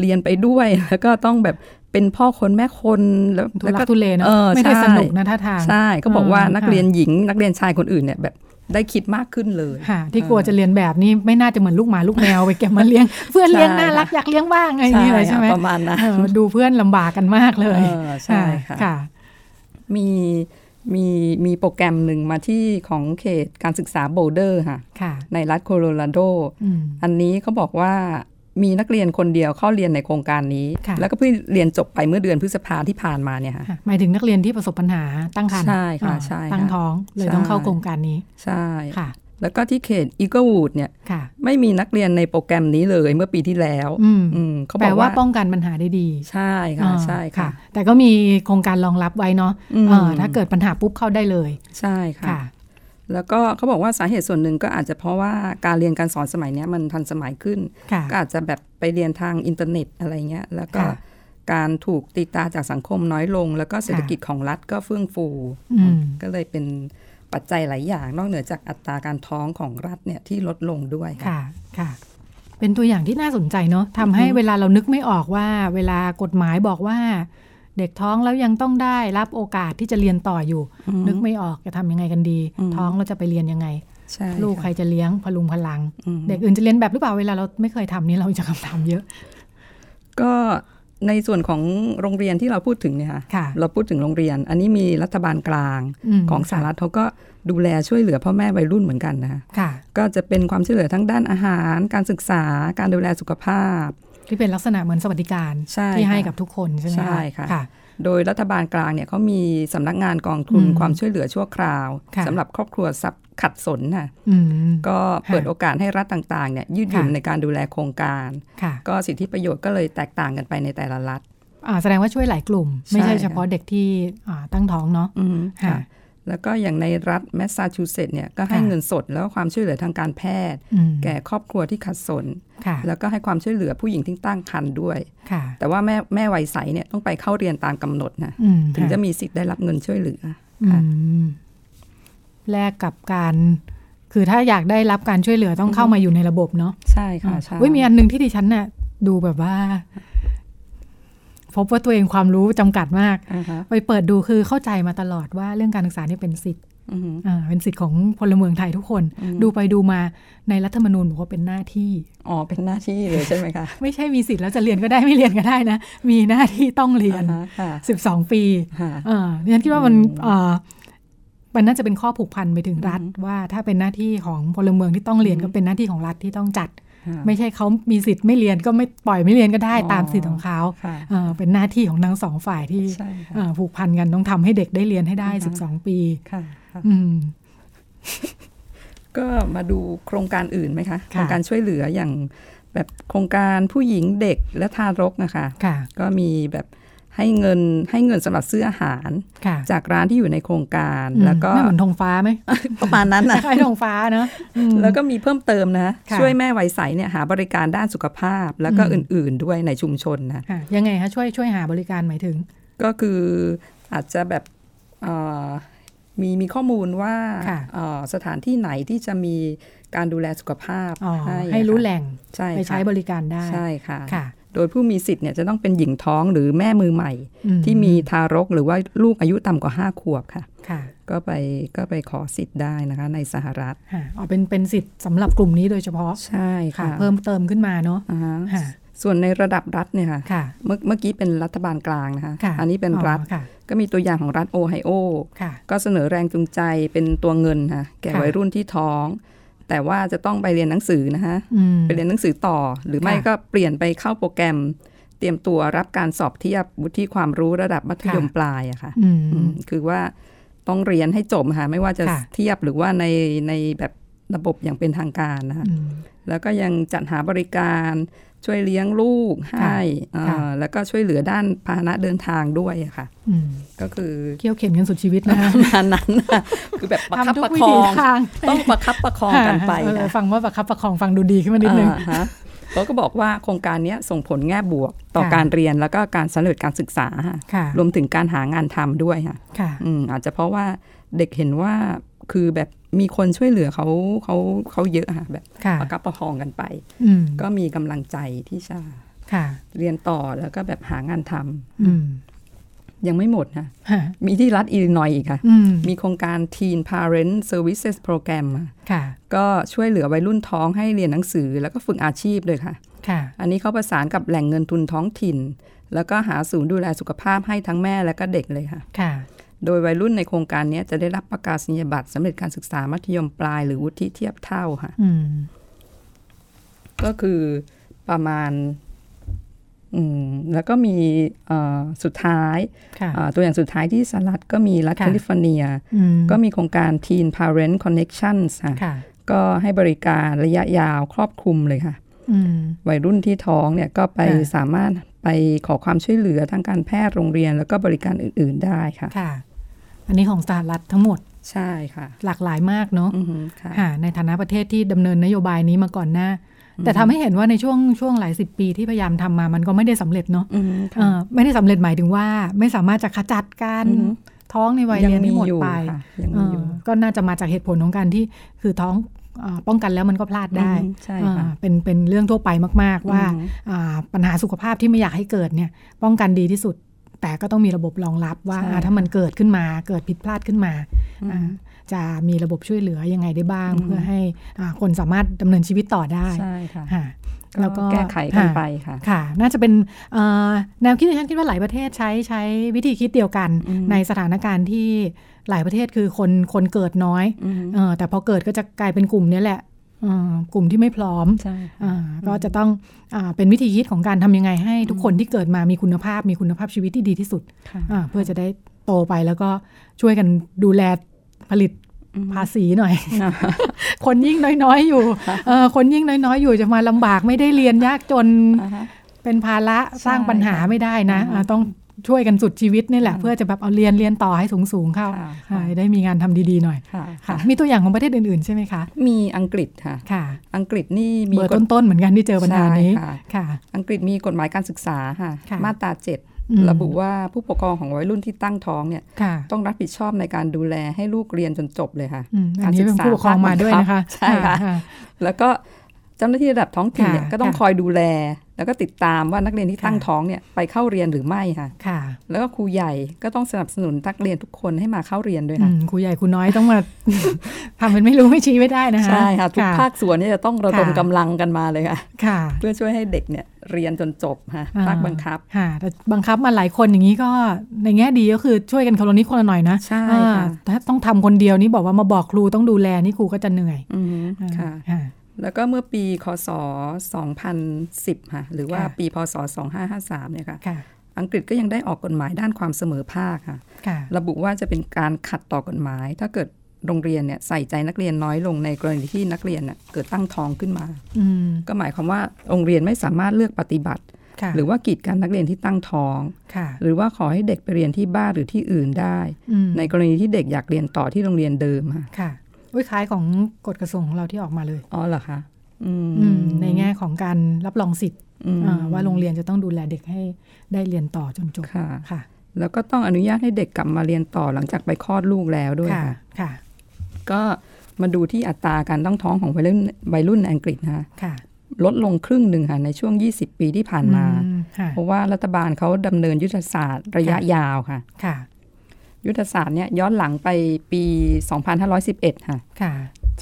Speaker 3: เรียนไปด้วย แล้วก็ต้องแบบเป็นพ่อคนแม่คนแล้ว
Speaker 2: ทุ
Speaker 3: แล้ว
Speaker 2: ลั
Speaker 3: ก็
Speaker 2: กทุเลเนาะ
Speaker 3: เออ
Speaker 2: ไม่ได้
Speaker 3: ใช่
Speaker 2: สนุกนะท่าทาง
Speaker 3: ใช่ก็บอกว่า
Speaker 2: อ่านั
Speaker 3: นักเรียนหญิง นักเรียนชายคนอื่นเนี่ยแบบได้คิดมากขึ้นเลย
Speaker 2: ค่ะ ที่กลัวจะเรียนแบบนี่ไม่น่าจะเหมือนลูกหมาลูกแมวไปเก็บมาเลี้ย ง เพื่อนเลี้ยง
Speaker 3: ใช่
Speaker 2: น่ารัก
Speaker 3: ค่ะ
Speaker 2: อยากเลี้ยงบ้างอะไรอย่างเงี้ยเลยใช่ไหม
Speaker 3: ประมาณนะ
Speaker 2: เออดูเพื่อนลำบากกันมากเลย
Speaker 3: เออใช่ค่ะ
Speaker 2: ค่ะ
Speaker 3: มีมีมีโปรแกรมหนึ่งมาที่ของเขตการศึกษาโบลเดอร์ค่ะ
Speaker 2: ค่ะ
Speaker 3: ในรัฐโคโลราโด
Speaker 2: อืม
Speaker 3: อันนี้เขาบอกว่ามีนักเรียนคนเดียวเข้าเรียนในโครงการนี้
Speaker 2: ค่ะ
Speaker 3: แล้วก็เพิ่งเรียนจบไปเมื่อเดือนพฤษภาที่ผ่านมาเนี่ยค่ะ
Speaker 2: ค่ะหมายถึงนักเรียนที่ประสบปัญหาตั้งครรภ์
Speaker 3: ใช่ค่ะ
Speaker 2: อ่า
Speaker 3: ใช่ค่ะ
Speaker 2: ตั้งท้องเลย
Speaker 3: ใช่
Speaker 2: ต้องเข้าโครงการนี้
Speaker 3: ใช่
Speaker 2: ค่ะ
Speaker 3: แล้วก็ที่เขตอีเกิลวูดเนี่ย
Speaker 2: ค่ะ
Speaker 3: ไม่มีนักเรียนในโปรแกรมนี้เลยเมื่อปีที่แล้ว
Speaker 2: อืม
Speaker 3: อืมเขาบ
Speaker 2: แปล
Speaker 3: อก
Speaker 2: ว่า
Speaker 3: ว่า
Speaker 2: ป้องกันปัญหาได้ดี
Speaker 3: ใช่ค่ะ
Speaker 2: อ่า
Speaker 3: ใช่ค่ะ
Speaker 2: แต่ก็มีโครงการรองรับไว้เนาะ
Speaker 3: อืม
Speaker 2: เออถ้าเกิดปัญหาปุ๊บเข้าได้เลย
Speaker 3: ใช่ค่ะ
Speaker 2: ค่ะ
Speaker 3: แล้วก็เขาบอกว่าสาเหตุส่วนหนึ่งก็อาจจะเพราะว่าการเรียนการสอนสมัยเนี้ยมันทันสมัยขึ้น
Speaker 2: ค่ะ
Speaker 3: ก็อาจจะแบบไปเรียนทางอินเทอร์เน็ตอะไรเงี้ย แล้วก็
Speaker 2: ค่ะ
Speaker 3: การถูกตีตาจากสังคมน้อยลง แล้วก็เศรษฐกิจของรัฐก็เฟื่องฟู
Speaker 2: อืม
Speaker 3: ก็เลยเป็นปัจจัยหลายอย่าง นอกเหนือจากอัตราการท้องของรัฐเนี่ยที่ลดลงด้วยค่ะ
Speaker 2: ค่ะค่ะ เป็นตัวอย่างที่น่าสนใจเนาะทำให้
Speaker 3: อือฮึ
Speaker 2: เวลาเรานึกไม่ออกว่า เวลากฎหมายบอกว่า เด็กท้องแล้วยังต้องได้รับโอกาสที่จะเรียนต่ออยู่
Speaker 3: อืม
Speaker 2: นึกไม่ออกจะทำยังไงกันดี
Speaker 3: อืม
Speaker 2: ท้องเราจะไปเรียนยังไง
Speaker 3: ใช่
Speaker 2: ลูกใครจะเลี้ยงพลุงพลัง
Speaker 3: อืม
Speaker 2: เด็กอื่นจะเรียนแบบหรือเปล่าเวลาเราไม่เคยทำนี่เราจะคำถามเยอะ
Speaker 3: ก็ในส่วนของโรงเรียนที่เราพูดถึงเนี่ยค่ะ
Speaker 2: ค่ะ
Speaker 3: เราพูดถึงโรงเรียน อันนี้มีรัฐบาลกลาง
Speaker 2: ม
Speaker 3: ของสหรัฐเขาก็ดูแลช่วยเหลือพ่อแม่วัยรุ่นเหมือนกันนะคะ
Speaker 2: ค่ะ
Speaker 3: ก็จะเป็นความช่วยเหลือทั้งด้านอาหาร การศึกษา การดูแลสุขภาพ
Speaker 2: ที่เป็นลักษณะเหมือนสวัสดิการ
Speaker 3: ใช่
Speaker 2: ที่ให้
Speaker 3: ค่ะ
Speaker 2: กับทุกคนใช่ไหม
Speaker 3: ใช่ค่ะ
Speaker 2: ค่ะ
Speaker 3: โดยรัฐบาลกลางเนี่ยเขามีสำนักงานกองทุน
Speaker 2: อืม
Speaker 3: ความช่วยเหลือชั่วคราว
Speaker 2: ค่ะ
Speaker 3: สำหรับครอบครัวสับขัดสนน่ะ
Speaker 2: อืม
Speaker 3: ก็เปิด
Speaker 2: ค่ะ
Speaker 3: โอกาสให้รัฐต่างๆเนี่ยยืดหยุ่น
Speaker 2: ค่ะ
Speaker 3: ในการดูแลโครงการ
Speaker 2: ค่ะ
Speaker 3: ก็สิทธิประโยชน์ก็เลยแตกต่างกันไปในแต่ละรัฐ
Speaker 2: อ่าแสดงว่าช่วยหลายกลุ่ม ไม่ใช่
Speaker 3: ใช่ค่ะ
Speaker 2: เฉพาะเด็กที่อ่าตั้งท้องเนาะ
Speaker 3: อืม
Speaker 2: ค่ะ
Speaker 3: ค่ะแล้วก็อย่างในรัฐแมสซาชูเซตส์เนี่ยก็ให้
Speaker 2: ค่ะ
Speaker 3: เงินสดแล้วก็ความช่วยเหลือทางการแพทย์
Speaker 2: อืม
Speaker 3: แก่ครอบครัวที่ขัดสน
Speaker 2: ค่ะ
Speaker 3: แล้วก็ให้ความช่วยเหลือผู้หญิงที่ตั้งครรภ์ด้วย
Speaker 2: ค่ะ
Speaker 3: แต่ว่าแม่แม่วัยใสเนี่ยต้องไปเข้าเรียนตามกำหนดนะ
Speaker 2: อืม
Speaker 3: ถึงจะ
Speaker 2: ค่
Speaker 3: มีสิทธิ์ได้รับเงินช่วยเหลือ
Speaker 2: อืมแลกกับการ คือถ้าอยากได้รับการช่วยเหลือต้องเข้ามาอยู่ในระบบเนาะ
Speaker 3: ใช่ค่ะใช่
Speaker 2: เว้ยมีอันหนึ่งที่ดิฉันน่ะดูแบบว่า พบว่าตัวเองความรู้จำกัดมาก
Speaker 3: อ่าฮะ
Speaker 2: ไปเปิดดูคือเข้าใจมาตลอดว่าเรื่องการศึกษาเนี่ยเป็นสิทธิ์
Speaker 3: อือฮึ
Speaker 2: อ่าเป็นสิทธิ์ของพลเมืองไทยทุกคน
Speaker 3: อืม
Speaker 2: ดูไปดูมาในรัฐธรรมนูญบอกว่าเป็นหน้าที่
Speaker 3: อ๋อเป็นหน้าที่เลยใช่ไหมคะ
Speaker 2: ไม่ใช่มีสิทธิ์แล้วจะเรียนก็ได้ไม่เรียนก็ได้นะ มีหน้าที่ต้องเรียน
Speaker 3: อ่าฮะค่ะ
Speaker 2: 12 ปี
Speaker 3: ค่ะ
Speaker 2: อ่าดิฉันคิดว่ามัน
Speaker 3: อืม
Speaker 2: เอ่อมันน่าจะเป็นข้อผูกพันไปถึงรัฐ
Speaker 3: อืม
Speaker 2: ว่าถ้าเป็นหน้าที่ของพลเมืองที่ต้องเรียน
Speaker 3: อืม
Speaker 2: ก็เป็นหน้าที่ของรัฐที่ต้องจัด
Speaker 3: ค่ะ
Speaker 2: ไม่ใช่เขามีสิทธิ์ไม่เรียนก็ไม่ปล่อยไม่เรียนก็ได้
Speaker 3: อ๋อ
Speaker 2: ตามสิทธิ์ของเขา
Speaker 3: ค่ะ
Speaker 2: เอ่อเป็นหน้าที่ของทั้งสองฝ่ายที่
Speaker 3: ใช่ค่ะ
Speaker 2: เอ่อผูกพันกันต้องทำให้เด็กได้เรียนให้ได้
Speaker 3: อือฮะ
Speaker 2: 12 ปี
Speaker 3: ค่ะค่ะ
Speaker 2: อืม
Speaker 3: ก็มาดูโครงการอื่นไหมคะ
Speaker 2: ค่ะ
Speaker 3: โครงการช่วยเหลืออย่างแบบโครงการผู้หญิงเด็กและทารกนะคะ
Speaker 2: ค่ะ
Speaker 3: ก็มีแบบให้เงินให้เงินสำหรับซื้ออาหาร
Speaker 2: ค่ะ
Speaker 3: จากร้านที่อยู่ในโครงการ
Speaker 2: อืม
Speaker 3: แล้วก็
Speaker 2: ไม่เหมือนธงฟ้าไหม
Speaker 3: ประมาณนั้น
Speaker 2: ค
Speaker 3: นะ
Speaker 2: ล้ายๆธงฟ้าเนอะอืม
Speaker 3: แล้วก็มีเพิ่มเติมนะ
Speaker 2: ค่ะ
Speaker 3: ช่วยแม่วัยใสเนี่ยหาบริการด้านสุขภาพ แล้วก็
Speaker 2: อืม
Speaker 3: อื่น ๆ ด้วยในชุมชนนะ
Speaker 2: ค่ะยังไงคะช่วยช่วยหาบริการหมายถึง
Speaker 3: ก็คืออาจจะแบบเอ่อ มีมีข้อมูลว่า
Speaker 2: ค่ะ
Speaker 3: เอ่อสถานที่ไหนที่จะมีการดูแลสุขภาพ
Speaker 2: อ๋อ
Speaker 3: อะ
Speaker 2: ให้รู้แห
Speaker 3: ค่ะ
Speaker 2: ล่ง
Speaker 3: ใช่
Speaker 2: ไปใช้
Speaker 3: ค่ะ
Speaker 2: บริการได้
Speaker 3: ใช่ค่ะ
Speaker 2: ค่ะ
Speaker 3: โดยผู้มีสิทธิ์เนี่ยจะต้องเป็นหญิงท้องหรือแม่มือใหม่
Speaker 2: อื
Speaker 3: ที่มีทารกหรือว่าลูกอายุต่ำกว่า 5 ขวบค่ะ
Speaker 2: ค่ะ
Speaker 3: ก็ไปก็ไปขอสิทธิ์ได้นะคะในสหรัฐ
Speaker 2: ค่ะอ๋อเป็นเป็นสิทธิ์สำหรับกลุ่มนี้โดยเฉพาะ
Speaker 3: ใช่
Speaker 2: ค่ะ
Speaker 3: ค่ะ
Speaker 2: เพิ่มเติมขึ้นมาเนาะ
Speaker 3: อ่าฮะ
Speaker 2: ค่ะ
Speaker 3: ส่วนในระดับรัฐเนี่ยค่ะ
Speaker 2: ค่ะ
Speaker 3: เมื่อเมื่อกี้เป็นรัฐบาลกลางนะคะ
Speaker 2: ค่ะ
Speaker 3: อันนี้เป็นรัฐ
Speaker 2: อ๋อค่ะ
Speaker 3: ก็มีตัวอย่างของรัฐโอไฮโอ
Speaker 2: ค่ะ
Speaker 3: ก็เสนอแรงจูงใจเป็นตัวเงินค่ะแก่
Speaker 2: ค่ะ
Speaker 3: วัยรุ่นที่ท้อง แต่ว่าจะต้องไปเรียนหนังสือนะคะ
Speaker 2: อืม
Speaker 3: ไปเรียนหนังสือต่อ หรือไม่
Speaker 2: ค่ะ
Speaker 3: ก็เปลี่ยนไปเข้าโปรแกรม เตรียมตัวรับการสอบเทียบวุฒิความรู้ระดับมัธยม
Speaker 2: ค่ะ
Speaker 3: ปลายอะค่ะ
Speaker 2: อืม
Speaker 3: อืมคือว่าต้องเรียนให้จบค่ะไม่ว่าจะ
Speaker 2: ค่ะ
Speaker 3: เทียบหรือว่าในในแบบระบบอย่างเป็นทางการนะคะ
Speaker 2: อืม
Speaker 3: แล้วก็ยังจัดหาบริการช่วยเลี้ยงลูกให้เอ่อ
Speaker 2: ค่ะ
Speaker 3: แล้วก็ช่วยเหลือด้านพาหนะเดินทางด้วยอะค่ะ
Speaker 2: อืม
Speaker 3: ก็คือ
Speaker 2: เกี่ยวเข็มกันสุดชีวิตนะคะ
Speaker 3: ประมาณนั้นน่ะ คือแบบประคับ
Speaker 2: ทำทุ
Speaker 3: ป
Speaker 2: ก
Speaker 3: ระ
Speaker 2: วิ
Speaker 3: ค
Speaker 2: ถี
Speaker 3: อง
Speaker 2: ทาง
Speaker 3: ต้องประคับประคองกันไป
Speaker 2: เออ
Speaker 3: ค่ะ
Speaker 2: ฟังว่าประคับประคองฟังดูดีขึ้นมานิดนึง
Speaker 3: อ่าฮะเขาก็บอกว่าโครงการเนี้ยส่งผลแง่บวกต่อ
Speaker 2: ค่ะ
Speaker 3: การเรียนแล้วก็การสำเร็จการศึกษาค่ะ
Speaker 2: ค่ะ
Speaker 3: รวมถึงการหางานทำด้วยค่ะ
Speaker 2: ค่ะ
Speaker 3: อืมอาจจะเพราะว่าเด็กเห็นว่าคือแบบมีคนช่วยเหลือเขาเขาเขาเยอะค่ะแบบ
Speaker 2: ค่ะ
Speaker 3: ประคับประคองกันไป
Speaker 2: อืม
Speaker 3: ก็มีกำลังใจที่จะ
Speaker 2: ค่ะ
Speaker 3: เรียนต่อแล้วก็แบบหางานทำ
Speaker 2: อืม
Speaker 3: ยังไม่หมดนะ
Speaker 2: ค่ะ
Speaker 3: มีที่รัฐอิลลินอยส์อีกค่ะ
Speaker 2: อืม
Speaker 3: มีโครงการ Teen Parent Services Program อะ
Speaker 2: ค่ะ
Speaker 3: ก็ช่วยเหลือวัยรุ่นท้องให้เรียนหนังสือแล้วก็ฝึกอาชีพเลยค่ะ
Speaker 2: ค่ะ
Speaker 3: อันนี้เขาประสานกับแหล่งเงินทุนท้องถิ่น แล้วก็หาศูนย์ดูแลสุขภาพให้ทั้งแม่และก็เด็กเลยค่ะ
Speaker 2: ค่ะ
Speaker 3: โดยวัยรุ่นในโครงการเนี้ยจะได้รับประกาศนียบัตรสำเร็จการศึกษามัธยมปลายหรือวุฒิเทียบเท่าค่ะ
Speaker 2: อืม
Speaker 3: ก็คือประมาณอืมแล้วก็มีเอ่อสุดท้าย
Speaker 2: ค่ะ
Speaker 3: อ่าตัวอย่างสุดท้ายที่สหรัฐก็มีรัฐ
Speaker 2: ค่ะ
Speaker 3: แคลิฟอร์เนีย
Speaker 2: อืม
Speaker 3: ก็มีโครงการ Teen Parent Connections ค่ะ
Speaker 2: ค่ะ
Speaker 3: ก็ให้บริการระยะยาวครอบคลุมเลยค่ะ
Speaker 2: อืม
Speaker 3: วัยรุ่นที่ท้องเนี่ยก็ไป
Speaker 2: ค่ะ
Speaker 3: สามารถไปขอความช่วยเหลือทางการแพทย์โรงเรียน แล้วก็บริการอื่น ๆได้ค่ะ
Speaker 2: ค่ะ อันนี้ของสหรัฐทั้งหมด
Speaker 3: ใช่ค่ะ
Speaker 2: หลากหลายมากเนาะ
Speaker 3: อือหือค่ะ
Speaker 2: ค่ะ ในฐานะประเทศที่ดำเนินนโยบายนี้มาก่อนหน้า แต่ทำให้เห็นว่าในช่วงช่วงหลายสิบปีที่พยายามทำมามันก็ไม่ได้สำเร็จเนาะ
Speaker 3: อือหือ
Speaker 2: เอ่
Speaker 3: ค่ะ
Speaker 2: อไม่ได้สำเร็จหมายถึงว่า ไม่สามารถจะขจัดการ
Speaker 3: อือฮึ
Speaker 2: ท้องในวัยเรียนให้หมด
Speaker 3: อยู่
Speaker 2: ไป
Speaker 3: ค่ะยังมีอยู่
Speaker 2: เออก็น่าจะมาจากเหตุผลของการที่คือท้องเออป้องกันแล้วมันก็พลาดได้
Speaker 3: อือหือใช่ค่ะ
Speaker 2: อ่าเป็นเป็นเรื่องทั่วไปมาก ๆ ว่า
Speaker 3: อือหือ
Speaker 2: อ่าปัญหาสุขภาพที่ไม่อยากให้เกิดเนี่ยป้องกันดีที่สุด แต่ก็ต้องมีระบบรองรับว่า
Speaker 3: ใช่
Speaker 2: อ่าถ้ามันเกิดขึ้นมาเกิดผิดพลาดขึ้นมา
Speaker 3: อือหือ
Speaker 2: อ่าจะมีระบบช่วยเหลือยังไงได้บ้าง
Speaker 3: อือหือ
Speaker 2: เพื่อให้อ่าคนสามารถดำเนินชีวิตต่อได้
Speaker 3: ใช่ค่ะ
Speaker 2: ค่ะแล้วก็
Speaker 3: แก้ไขกันไป
Speaker 2: ค่ะ
Speaker 3: ค่ะ
Speaker 2: ค่ะ น่าจะเป็นเอ่อแนวคิดที่ฉันคิดว่าหลายประเทศใช้ใช้วิธีคิดเดียวกัน
Speaker 3: อือหือ
Speaker 2: ในสถานการณ์ที่หลายประเทศคือคนคนเกิดน้อย
Speaker 3: อือหือ
Speaker 2: เออแต่พอเกิดก็จะกลายเป็นกลุ่มเนี้ยแหละเออกลุ่มที่ไม่พร้อม
Speaker 3: ใช่ค่ะ
Speaker 2: อ่าก็จะต้องอาเป็นวิธีคิดของการทำยังไงให้ทุกคนที่เกิดมามีคุณภาพมีคุณภาพชีวิตที่ดีที่สุด
Speaker 3: ค่ะ
Speaker 2: อ่าเพื่อจะได้โตไปแล้วก็ช่วยกันดูแลผลิต
Speaker 3: อือหือ
Speaker 2: ภาษีหน่อย คนยิ่งน้อยๆอยู่เออคนยิ่งน้อยๆ อยู่จะมาลำบากไม่ได้เรียนยากจน
Speaker 3: อ่าฮะ
Speaker 2: เป็นภาระ
Speaker 3: ใช่
Speaker 2: สร้างปัญหาไม่ได้นะ
Speaker 3: อ่าฮะ
Speaker 2: อ่าต้องช่วยกันสุดชีวิตนี่แหละ
Speaker 3: อืม
Speaker 2: เพื่อจะแบบเอาเรียนเรียนต่อให้สูงสูงๆเข้า
Speaker 3: ค่ะ
Speaker 2: อ่า
Speaker 3: ค่ะ
Speaker 2: ได้มีงานทำดี ๆ หน่อย
Speaker 3: ค่ะ
Speaker 2: ค่ะ
Speaker 3: ค่ะ
Speaker 2: มีตัวอย่างของประเทศอื่น ๆ ใช่ไหมคะ
Speaker 3: มีอังกฤษค่ะ
Speaker 2: ค่ะ
Speaker 3: อังกฤษนี่มี
Speaker 2: เบอร์
Speaker 3: กฎ
Speaker 2: ต้น ๆ เหมือนกันที่เจอปัญหานี้
Speaker 3: ใช่ค่ะ
Speaker 2: ค่ะ
Speaker 3: อังกฤษมีกฎหมายการศึกษาค่ะ
Speaker 2: ค่ะ
Speaker 3: มาตราเจ็ด
Speaker 2: อืม
Speaker 3: ระบุว่าผู้ปกครองของวัยรุ่นที่ตั้งท้องเนี่ย
Speaker 2: ค่ะ
Speaker 3: ต้องรับผิดชอบในการดูแลให้ลูกเรียนจนจบเลยค่ะ
Speaker 2: อืมอันนี้เป็นผู้ปกครองมาด้วยนะคะ
Speaker 3: ใช่ค่ะ
Speaker 2: อ่า
Speaker 3: แล้วก็เจ้าหน้าที่ระดับท้องถิ่นเนี่ย
Speaker 2: ค่ะ
Speaker 3: ก็ต้อง
Speaker 2: ค่ะ
Speaker 3: คอยดูแล แล้วก็ติดตามว่านักเรียนที่
Speaker 2: ค่ะ
Speaker 3: ตั้งท้องเนี่ยไปเข้าเรียนหรือไม่ค่ะ
Speaker 2: ค่ะ
Speaker 3: แล้วก็ครูใหญ่ก็ต้องสนับสนุนนักเรียนทุกคนให้มาเข้าเรียนด้วย
Speaker 2: อื
Speaker 3: ค่ะ
Speaker 2: มครูใหญ่ครูน้อยต้องมา ทำเป็นไม่รู้ไม่ชี้ไม่ได้นะคะ
Speaker 3: ใช่ค่ะทุกภาคส่วนเนี่ยจะต้องระดมกำลังกันมาเลยค่ะ
Speaker 2: ค่ะ
Speaker 3: เพื่อช่วยให้เด็กเนี่ยเรียนจนจบค่ะ
Speaker 2: อ่า
Speaker 3: ภาคบังคับ
Speaker 2: ค่ะแต่บังคับมาหลายคนอย่างนี้ก็ในแง่ดีก็คือช่วยกันคนละนิดคนละหน่อยนะ
Speaker 3: ใช่
Speaker 2: อ่า
Speaker 3: ค่ะ
Speaker 2: ถ้าต้องทำคนเดียวนี่บอกว่ามาบอกครูต้องดูแลนี่ครูก็จะเหนื่อย
Speaker 3: อืม
Speaker 2: อ่า
Speaker 3: ค่ะ
Speaker 2: ค่ะ
Speaker 3: แล้วก็เมื่อปีคศ 2010 ค่ะ หรือว่า
Speaker 2: ค่ะ
Speaker 3: ปีพศ 2553 เนี่ยค่ะ
Speaker 2: ค่ะ
Speaker 3: อังกฤษก็ยังได้ออกกฎหมายด้านความเสมอภาคค่ะ
Speaker 2: ค่ะ
Speaker 3: ระบุว่าจะเป็นการขัดต่อกฎหมาย ถ้าเกิดโรงเรียนเนี่ยใส่ใจนักเรียนน้อยลงในกรณีที่นักเรียนเน่ยเกิดตั้งท้องขึ้นมา
Speaker 2: อืม
Speaker 3: ก็หมายความว่าโรงเรียนไม่สามารถเลือกปฏิบัติ
Speaker 2: ค่ะ
Speaker 3: หรือว่ากีดกันนักเรียนที่ตั้งท้อง
Speaker 2: ค่ะ
Speaker 3: หรือว่าขอให้เด็กไปเรียนที่บ้านหรือที่อื่นได้
Speaker 2: อืม
Speaker 3: ในกรณีที่เด็กอยากเรียนต่อที่โรงเรียนเดิมค่ะ
Speaker 2: ค่ะอุ้ยคล้ายของกฎกระทรวงของเราที่ออกมาเลย
Speaker 3: อ๋อเหรอคะอืม
Speaker 2: อืมในแง่ของการรับรองสิทธิ์
Speaker 3: อืม
Speaker 2: อ่าว่าโรงเรียนจะต้องดูแลเด็กให้ได้เรียนต่อจนจบ
Speaker 3: ค่ะ
Speaker 2: ค่ะ
Speaker 3: แล้วก็ต้องอนุญาตให้เด็กกลับมาเรียนต่อหลังจากไปคลอดลูกแล้วด้วย
Speaker 2: ค่ะ
Speaker 3: ค่ะ
Speaker 2: ค่ะ
Speaker 3: ก็มาดูที่อัตราการตั้งท้องของวัยรุ่นวัยรุ่นในอังกฤษนะคะ
Speaker 2: ค่ะ
Speaker 3: ลดลงครึ่งหนึ่งค่ะในช่วง 20 ปีที่ผ่านมา
Speaker 2: อืค่ะ
Speaker 3: เพราะว่ารัฐบาลเขาดำเนินยุทธศาสตร์ระยะ
Speaker 2: ค่ะ
Speaker 3: ยาวค่ะ
Speaker 2: ค่ะ
Speaker 3: ยุทธศาสตร์เนี่ยย้อนหลังไปปี 2511 ค่ะ
Speaker 2: ค่ะ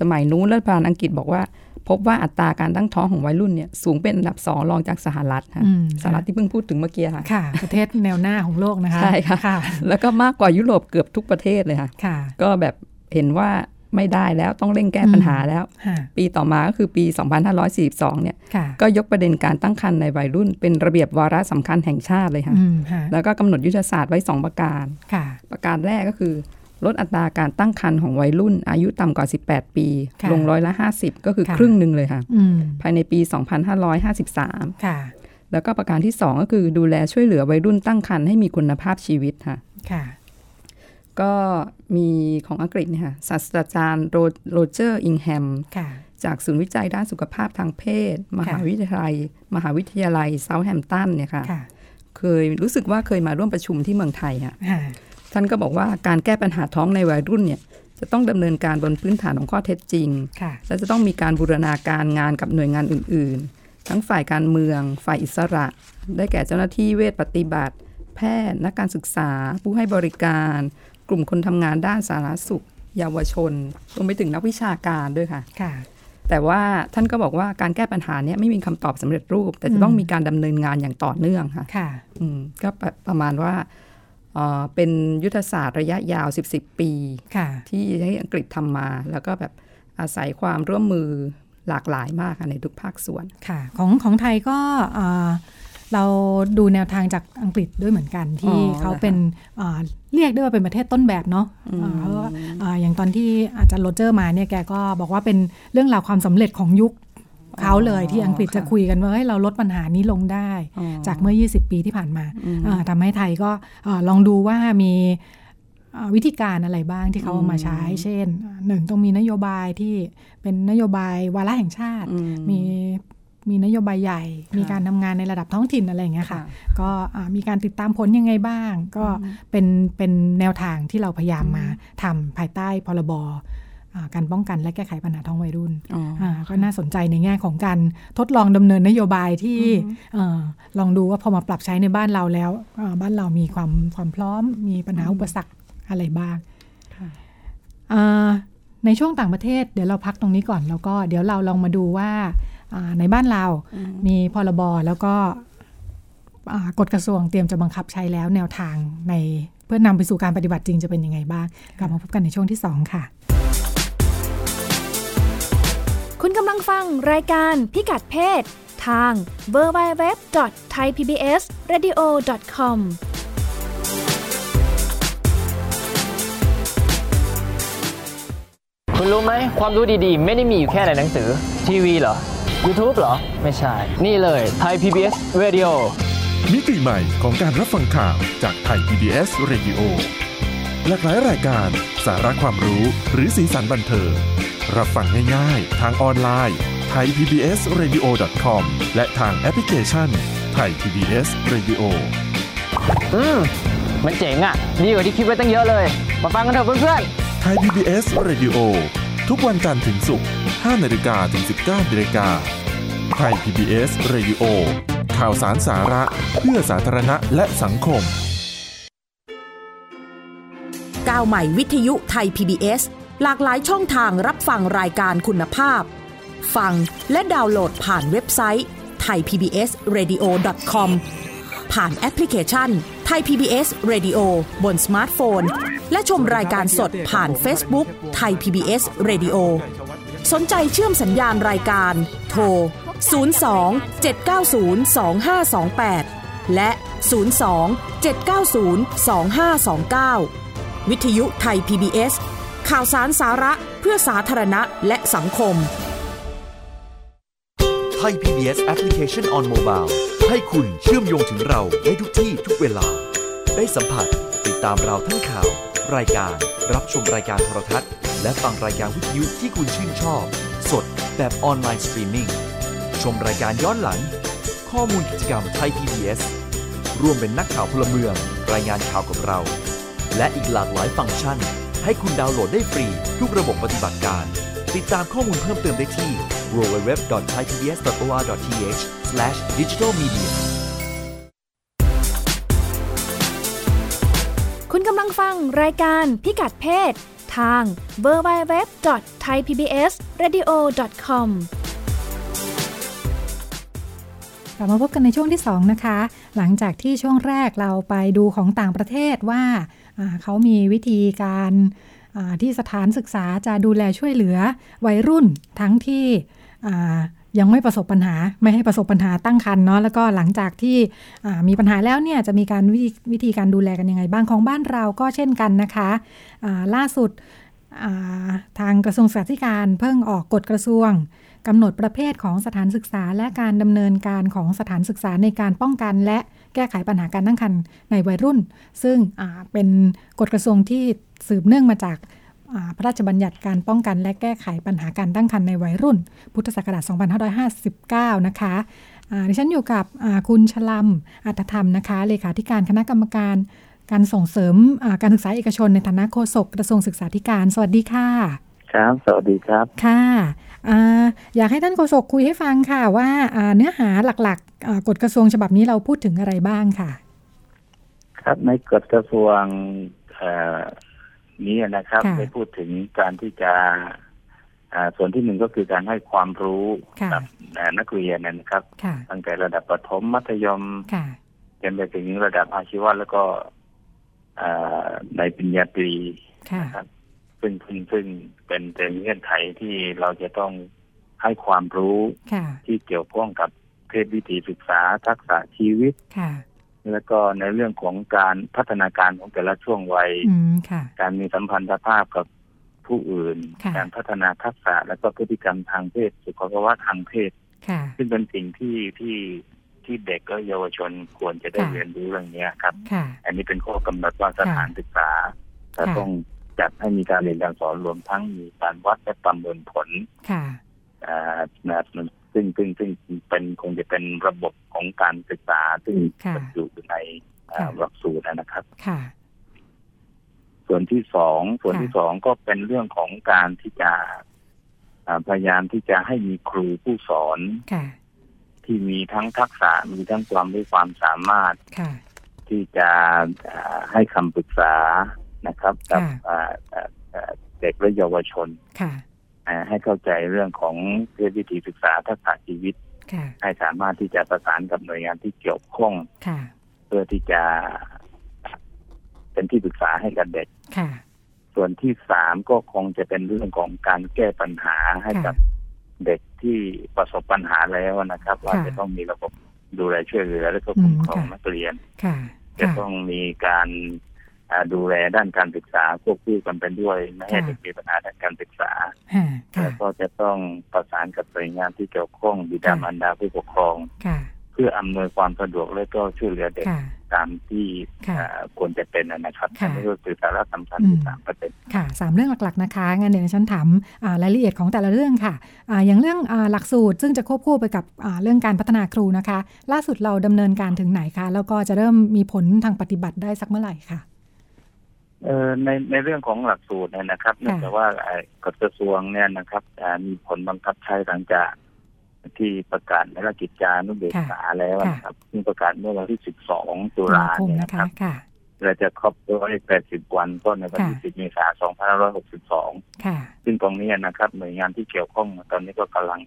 Speaker 3: สมัยนู้นรัฐบาลอังกฤษบอกว่า พบว่าอัตราการตั้งท้องของวัยรุ่นเนี่ยสูงเป็นอันดับสองรองจากสหรัฐค่ะ
Speaker 2: อืม
Speaker 3: สหรัฐที่เพิ่งพูดถึงเมื่อกี้ค่ะ
Speaker 2: ค่ะ ประเทศแนวหน้าของโลกนะคะ
Speaker 3: ใช่ค่ะ
Speaker 2: ค่ะ
Speaker 3: แล้วก็มากกว่ายุโรปเกือบทุกประเทศเลยค่ะ
Speaker 2: ค่ะ
Speaker 3: ก็แบบเห็นว่าไม่ได้แล้วต้องเร่งแก้ปัญหาแล้ว
Speaker 2: ค่ะ
Speaker 3: ปีต่อมาก็คือปี 2542 เนี่ย
Speaker 2: ค่ะ
Speaker 3: ก็ยกประเด็นการตั้งครรภ์ในวัยรุ่น เป็นระเบียบวาระสำคัญแห่งชาติเลยค่ะ
Speaker 2: อืมค่ะ
Speaker 3: แล้วก็กำหนดยุทธศาสตร์ไว้ 2 ประการ
Speaker 2: ค่ะ
Speaker 3: ประการแรกก็คือ ลดอัตราการตั้งครรภ์ของวัยรุ่น อายุต่ำกว่า 18 ปี
Speaker 2: ค่ะ
Speaker 3: ลงร้อยละ 50 ก็คือ
Speaker 2: ค่ะ
Speaker 3: ครึ่งหนึ่งเลยค่ะ
Speaker 2: อืม
Speaker 3: ภายในปี 2553
Speaker 2: ค่ะ
Speaker 3: แล้วก็ประการที่ 2 ก็คือดูแลช่วยเหลือวัยรุ่นตั้งครรภ์ให้มีคุณภาพชีวิตค่ะ
Speaker 2: ค่ะ
Speaker 3: ก็มีของอังกฤษเนี่ยค่ะศาสตราจารย์โรโรเจอร์อิงแฮม
Speaker 2: ค่ะ
Speaker 3: จากศูนย์วิจัยด้านสุขภาพทางเพศ มหา
Speaker 2: ค่ะ
Speaker 3: วิทยาลัย มหาวิทยาลัยเซาท์แฮมป์ตันเนี่ยค่ะ
Speaker 2: ค่ะ
Speaker 3: เคยรู้สึกว่าเคยมาร่วมประชุมที่เมืองไทยค่ะ
Speaker 2: ค่ะ
Speaker 3: ท่านก็บอกว่าการแก้ปัญหาท้องในวัยรุ่นเนี่ยจะต้องดำเนินการบนพื้นฐานของข้อเท็จจริง
Speaker 2: ค่ะ
Speaker 3: และจะต้องมีการบูรณาการงานกับหน่วยงานอื่น ๆ ทั้งฝ่ายการเมือง ฝ่ายอิสระ ได้แก่เจ้าหน้าที่เวชปฏิบัติ แพทย์ นักการศึกษา ผู้ให้บริการ กลุ่มคนทำงานด้านสาธารณสุข เยาวชนรวมไปถึงนักวิชาการด้วยค่ะ
Speaker 2: ค่ะ
Speaker 3: แต่ว่าท่านก็บอกว่าการแก้ปัญหาเนี้ยไม่มีคำตอบสำเร็จรูป แต่
Speaker 2: อื
Speaker 3: จะ
Speaker 2: ม
Speaker 3: ต้องมีการดำเนินงานอย่างต่อเนื่องค่ะ
Speaker 2: ค่ะ
Speaker 3: อืมก็ประประมาณว่าเอ่อเป็นยุทธศาสตร์ระยะยาว 10 ปี
Speaker 2: ค่ะ
Speaker 3: ที่ให้อังกฤษทำมา แล้วก็แบบอาศัยความร่วมมือหลากหลายมากค่ะในทุกภาคส่วน
Speaker 2: ค่ะของของไทยก็เอ่อเราดูแนวทางจากอังกฤษด้วยเหมือนกันที่
Speaker 3: อ๋อ
Speaker 2: เขาเป็นเอ่อเรียกได้ว่าเป็นประเทศต้นแบบเนาะ
Speaker 3: อืม
Speaker 2: เอ่อเพราะว่าเอ่ออย่างตอนที่อาจารย์โรเจอร์มาเนี่ยแกก็บอกว่าเป็นเรื่องราวความสำเร็จของยุคเขาเลยที่อังกฤษจะคุยกันว่าเฮ้ยเราลดปัญหานี้ลงได้ จากเมื่อ 20 ปีที่ผ่านมาเอ่อทำให้ไทยก็เอ่อลองดูว่ามีเอ่อวิธีการอะไรบ้างที่เขาเอามาใช้
Speaker 3: อืม
Speaker 2: เช่นหนึ่งต้องมีนโยบายที่เป็นนโยบายวาระแห่งชาติ
Speaker 3: อื
Speaker 2: มีมีนโยบายใหญ่ มีการทำงานในระดับท้องถิ่นอะไรอย่างเงี้ยค่ะ ก็อ่ามีการติดตามผลยังไงบ้าง ก็เป็นเป็นแนวทางที่เราพยายามมาทำภายใต้พรบอ่าการป้องกันและแก้ไขปัญหาท้องวัยรุ่น
Speaker 3: อ๋อ
Speaker 2: อ่าก็น่าสนใจในแง่ของการทดลองดำเนินนโยบายที่เอ่อลองดูว่าพอมาปรับใช้ในบ้านเราแล้วอ่าบ้านเรามีความความพร้อมมีปัญหา
Speaker 3: อืม
Speaker 2: อุปสรรคอะไรบ้าง
Speaker 3: ค่ะ
Speaker 2: อ่าในช่วงต่างประเทศเดี๋ยวเราพักตรงนี้ก่อนแล้วก็เดี๋ยวเราลองมาดูว่าอ่าในบ้านเรา
Speaker 3: อืม
Speaker 2: มีพรบแล้วก็อ่ากฎกระทรวงเตรียมจะบังคับใช้แล้วแนวทางในเพื่อนำไปสู่การปฏิบัติจริงจะเป็นยังไงบ้างกลับมาพบกันในช่วงที่สองค่ะ
Speaker 1: คุณกำลังฟังรายการพิกัดเพศ ทาง www.thaipbsradio.com
Speaker 4: คุณรู้ไหมความรู้ดีๆ ไม่ได้มีอยู่แค่ในหนังสือ ทีวีเหรอ YouTube เหรอ ไม่ใช่ นี่เลยไทย PBS Radio
Speaker 5: มิติใหม่ของการรับฟังข่าวจากไทย PBS Radio หลากหลายรายการสาระความรู้หรือสีสันบันเทิงรับฟังง่ายๆ ทางออนไลน์ไทย PBS Radio com และทางแอปพลิเคชันไทย PBS Radio
Speaker 4: อืม มันเจ๋งอะ่ะ ดีกว่าที่คิดไว้ตั้งเยอะเลย มาฟังกันเถอะเพื่อน
Speaker 5: ไทย PBS Radio ทุกวันจันทร์ถึงศุกร์5นาฬิกาถึง 19นาฬิกาไทย PBS Radio ข่าวสารสาระเพื่อสาธารณะและสังคม
Speaker 6: ก้าวใหม่วิทยุไทย PBS หลากหลายช่องทางรับฟังรายการคุณภาพ ฟังและดาวน์โหลดผ่านเว็บไซต์ thaipbsradio.com ผ่านแอปพลิเคชัน Thai PBS Radio บนสมาร์ทโฟน และชมรายการสดผ่าน Facebook Thai PBS Radio สนใจเชื่อมสัญญาณรายการ โทร 02 790 2528 และ 02 790 2529 วิทยุไทย PBS ข่าวสารสาระเพื่อสาธารณะและสังคม
Speaker 7: ไทย PBS Application on Mobile ให้คุณเชื่อมโยงถึงเราได้ทุกที่ทุกเวลา ได้สัมผัสติดตามเราทั้งข่าว รายการ รับชมรายการโทรทัศน์ และฟังรายการวิทยุที่คุณชื่นชอบ สดแบบออนไลน์สตรีมมิ่งชมรายการย้อนหลัง ข้อมูลกิจกรรมไทย PBS ร่วมเป็นนักข่าวพลเมือง รายงานข่าวกับเรา และอีกหลากหลายฟังก์ชัน ให้คุณดาวน์โหลดได้ฟรีทุกระบบปฏิบัติการ ติดตามข้อมูลเพิ่มเติมได้ที่ www.thaipbs.or.th/digitalmedia
Speaker 1: คุณกำลังฟังรายการพิกัดเพศ ทาง www.thaipbsradio.com
Speaker 2: กลับมาพบกันในช่วงที่ 2 นะคะ หลังจากที่ช่วงแรกเราไปดูของต่างประเทศว่าอ่าเขามีวิธีการอ่าที่สถานศึกษาจะดูแลช่วยเหลือวัยรุ่นทั้งที่อ่ายังไม่ประสบปัญหาไม่ให้ประสบปัญหาตั้งครรภ์เนาะแล้วก็หลังจากที่อ่ามีปัญหาแล้วเนี่ยจะมีการวิธีวิธีการดูแลกันยังไงบ้างของบ้านเราก็เช่นกันนะคะะล่าสุดอ่าทางกระทรวงศึกษาธิการเพิ่งออกกฎกระทรวง กำหนดประเภทของสถานศึกษาและการดำเนินการของสถานศึกษาในการป้องกัน และแก้ไขปัญหาการตั้งครรภ์ในวัยรุ่น ซึ่งอ่าเป็นกฎกระทรวงที่สืบเนื่องมาจากอ่าพระราชบัญญัติการป้องกัน และแก้ไขปัญหาการตั้งครรภ์ในวัยรุ่น พุทธศักราช 2559 นะคะอ่าดิฉันอยู่กับอ่าคุณชลัมอัตธรรมนะคะเลขาธิการคณะกรรมการ การส่งเสริมอ่าการศึกษาเอกชนในฐานะโฆษกกระทรวงศึกษาธิการ สวัสดีค่ะ
Speaker 8: ครับ สวัสดีครับ
Speaker 2: ค่ะอ่าอยากให้ท่านโฆษกคุยให้ฟังค่ะว่าอ่าเนื้อหาหลักๆอ่ากฎกระทรวงฉบับนี้เราพูดถึงอะไรบ้างค่ะ
Speaker 8: ครับในกฎกระทรวงเอ่อนี้นะครับ
Speaker 2: ค่ะ
Speaker 8: ได้พูดถึงการที่จะอ่าส่วนที่หนึ่งก็คือการให้ความรู้
Speaker 2: ค่ะ
Speaker 8: กับเอ่อนักเรียนนะครับ
Speaker 2: ค่ะ
Speaker 8: ตั้งแต่ระดับประถมมัธยม
Speaker 2: ค่ะ
Speaker 8: จนไปถึงระดับอาชีวะแล้วก็อ่าในปริญญาตรี
Speaker 2: ค่ะ
Speaker 8: นะครับ ซึ่งซึ่งซึ่งเป็นเป็นเงื่อนไขที่เราจะต้องให้ความรู้
Speaker 2: ค่ะ
Speaker 8: ที่เกี่ยวข้องกับเพศวิถีศึกษาทักษะชีวิต
Speaker 2: ค่ะ
Speaker 8: แล้วก็ในเรื่องของการพัฒนาการของแต่ละช่วงวัย
Speaker 2: อืม ค่ะ
Speaker 8: การมีสัมพันธภาพกับผู้อื่น
Speaker 2: ค่ะ
Speaker 8: การพัฒนาทักษะและก็พฤติกรรมทางเพศ สุขภาวะทางเพศ
Speaker 2: ค่ะ
Speaker 8: ซึ่งเป็นสิ่งที่ที่ที่เด็กและเยาวชนควรจะได้
Speaker 2: ค่ะ
Speaker 8: เรียนรู้เรื่องเนี้ยครับ
Speaker 2: ค่ะ
Speaker 8: อันนี้เป็นข้อกำหนดว่าสถานศึกษาจะ
Speaker 2: ค่ะ
Speaker 8: ต้องจัดให้มีการเรียนการสอนรวมทั้งมีการวัดและประเมินผล
Speaker 2: ค่ะ
Speaker 8: อ่านะซึ่งซึ่งซึ่งเป็นคงจะเป็นระบบของการศึกษาซึ่ง
Speaker 2: ค่ะ
Speaker 8: บรรจุอยู่ในอ่า
Speaker 2: ค่ะ
Speaker 8: หลักสูตรนะครับ
Speaker 2: ค่ะ
Speaker 8: ส่วนที่สองส่วน
Speaker 2: ค่ะ
Speaker 8: ที่สองก็เป็นเรื่องของการที่จะอ่าพยายามที่จะให้มีครูผู้สอน
Speaker 2: ค่ะ
Speaker 8: ที่มีทั้งทักษะมีทั้งความรู้ความสามารถ
Speaker 2: ค่ะ
Speaker 8: ที่จะอ่าให้คำปรึกษานะครับ
Speaker 2: ค่ะ
Speaker 8: กับอ่าอ่าอ่าเด็กและเยาวชน
Speaker 2: ค่ะ
Speaker 8: อ่าให้เข้าใจเรื่องของเรื่องวิถีศึกษาทักษะชีวิต
Speaker 2: ค่ะ
Speaker 8: ให้สามารถที่จะประสานกับหน่วยงานที่เกี่ยวข้อง
Speaker 2: ค่ะ
Speaker 8: เพื่อที่จะ เป็นที่ปรึกษาให้กับเด็ก
Speaker 2: ค่ะ
Speaker 8: ส่วนที่สามก็คงจะเป็นเรื่องของการแก้ปัญหาให้กับเด็กที่ประสบปัญหาแล้วนะครับ ว่า
Speaker 2: ค่ะ
Speaker 8: จะต้องมีระบบดูแลช่วยเหลือ และก็คุ้มครอง
Speaker 2: อืมค่ะ
Speaker 8: นักเรียน
Speaker 2: ค่ะ
Speaker 8: จะ
Speaker 2: ค่ะ
Speaker 8: ต้องมีการอ่าดูแลด้านการศึกษาควบคู่กันไปด้วยไม่ให้
Speaker 2: ค่ะ
Speaker 8: เด็กมีปัญหาด้านการศึกษา
Speaker 2: ค่ะ ค่ะ
Speaker 8: แล้วก็จะต้องประสานกับหน่วยงานที่เกี่ยวข้องบิดามารดาผู้ปกครอง
Speaker 2: ค่ะ
Speaker 8: เพื่ออำนวยความสะดวกและก็ช่วยเหลือเด็ก
Speaker 2: ค่ะ
Speaker 8: ตามที่
Speaker 2: ค่ะ
Speaker 8: อ่าควรจะเป็นนะครับ
Speaker 2: ค่ะ
Speaker 8: อันนี้ก็คือสาระสำคัญที่
Speaker 2: อืม
Speaker 8: สามประเด็น
Speaker 2: ค่ะสามเรื่องหลักๆนะคะงั้นเดี๋ยวดิฉันถามอ่ารายละเอียดของแต่ละเรื่องค่ะอาอย่างเรื่องอาหลักสูตรซึ่งจะควบคู่ไปกับอ่าเรื่องการพัฒนาครูนะคะ ล่าสุดเราดำเนินการถึงไหนคะแล้วก็จะเริ่มมีผลทางปฏิบัติได้สักเมื่อไหร่คะ
Speaker 8: เอ่อในในเรื่องของหลักสูตรเนี่ยนะครับเนื่องจากว่าเอ่อกฎกระทรวงเนี่ยนะครับอ่ามีผลบังคับใช้หลังจากที่ประกาศในราชกิจจานุเบกษาแล้วนะครับซึ่งประกาศเมื่อวันที่ 12 ตุลาเนี่ย
Speaker 2: นะ
Speaker 8: นะคะ ครับ
Speaker 2: ค่ะ
Speaker 8: เราจะครบรอบ80 วันก็ในวันที่
Speaker 2: ค่ะ
Speaker 8: 10 เมษายน 2562
Speaker 2: ค่ะ
Speaker 8: ซึ่งตรงนี้นะครับ หน่วยงานที่เกี่ยวข้องตอนนี้ก็กำลัง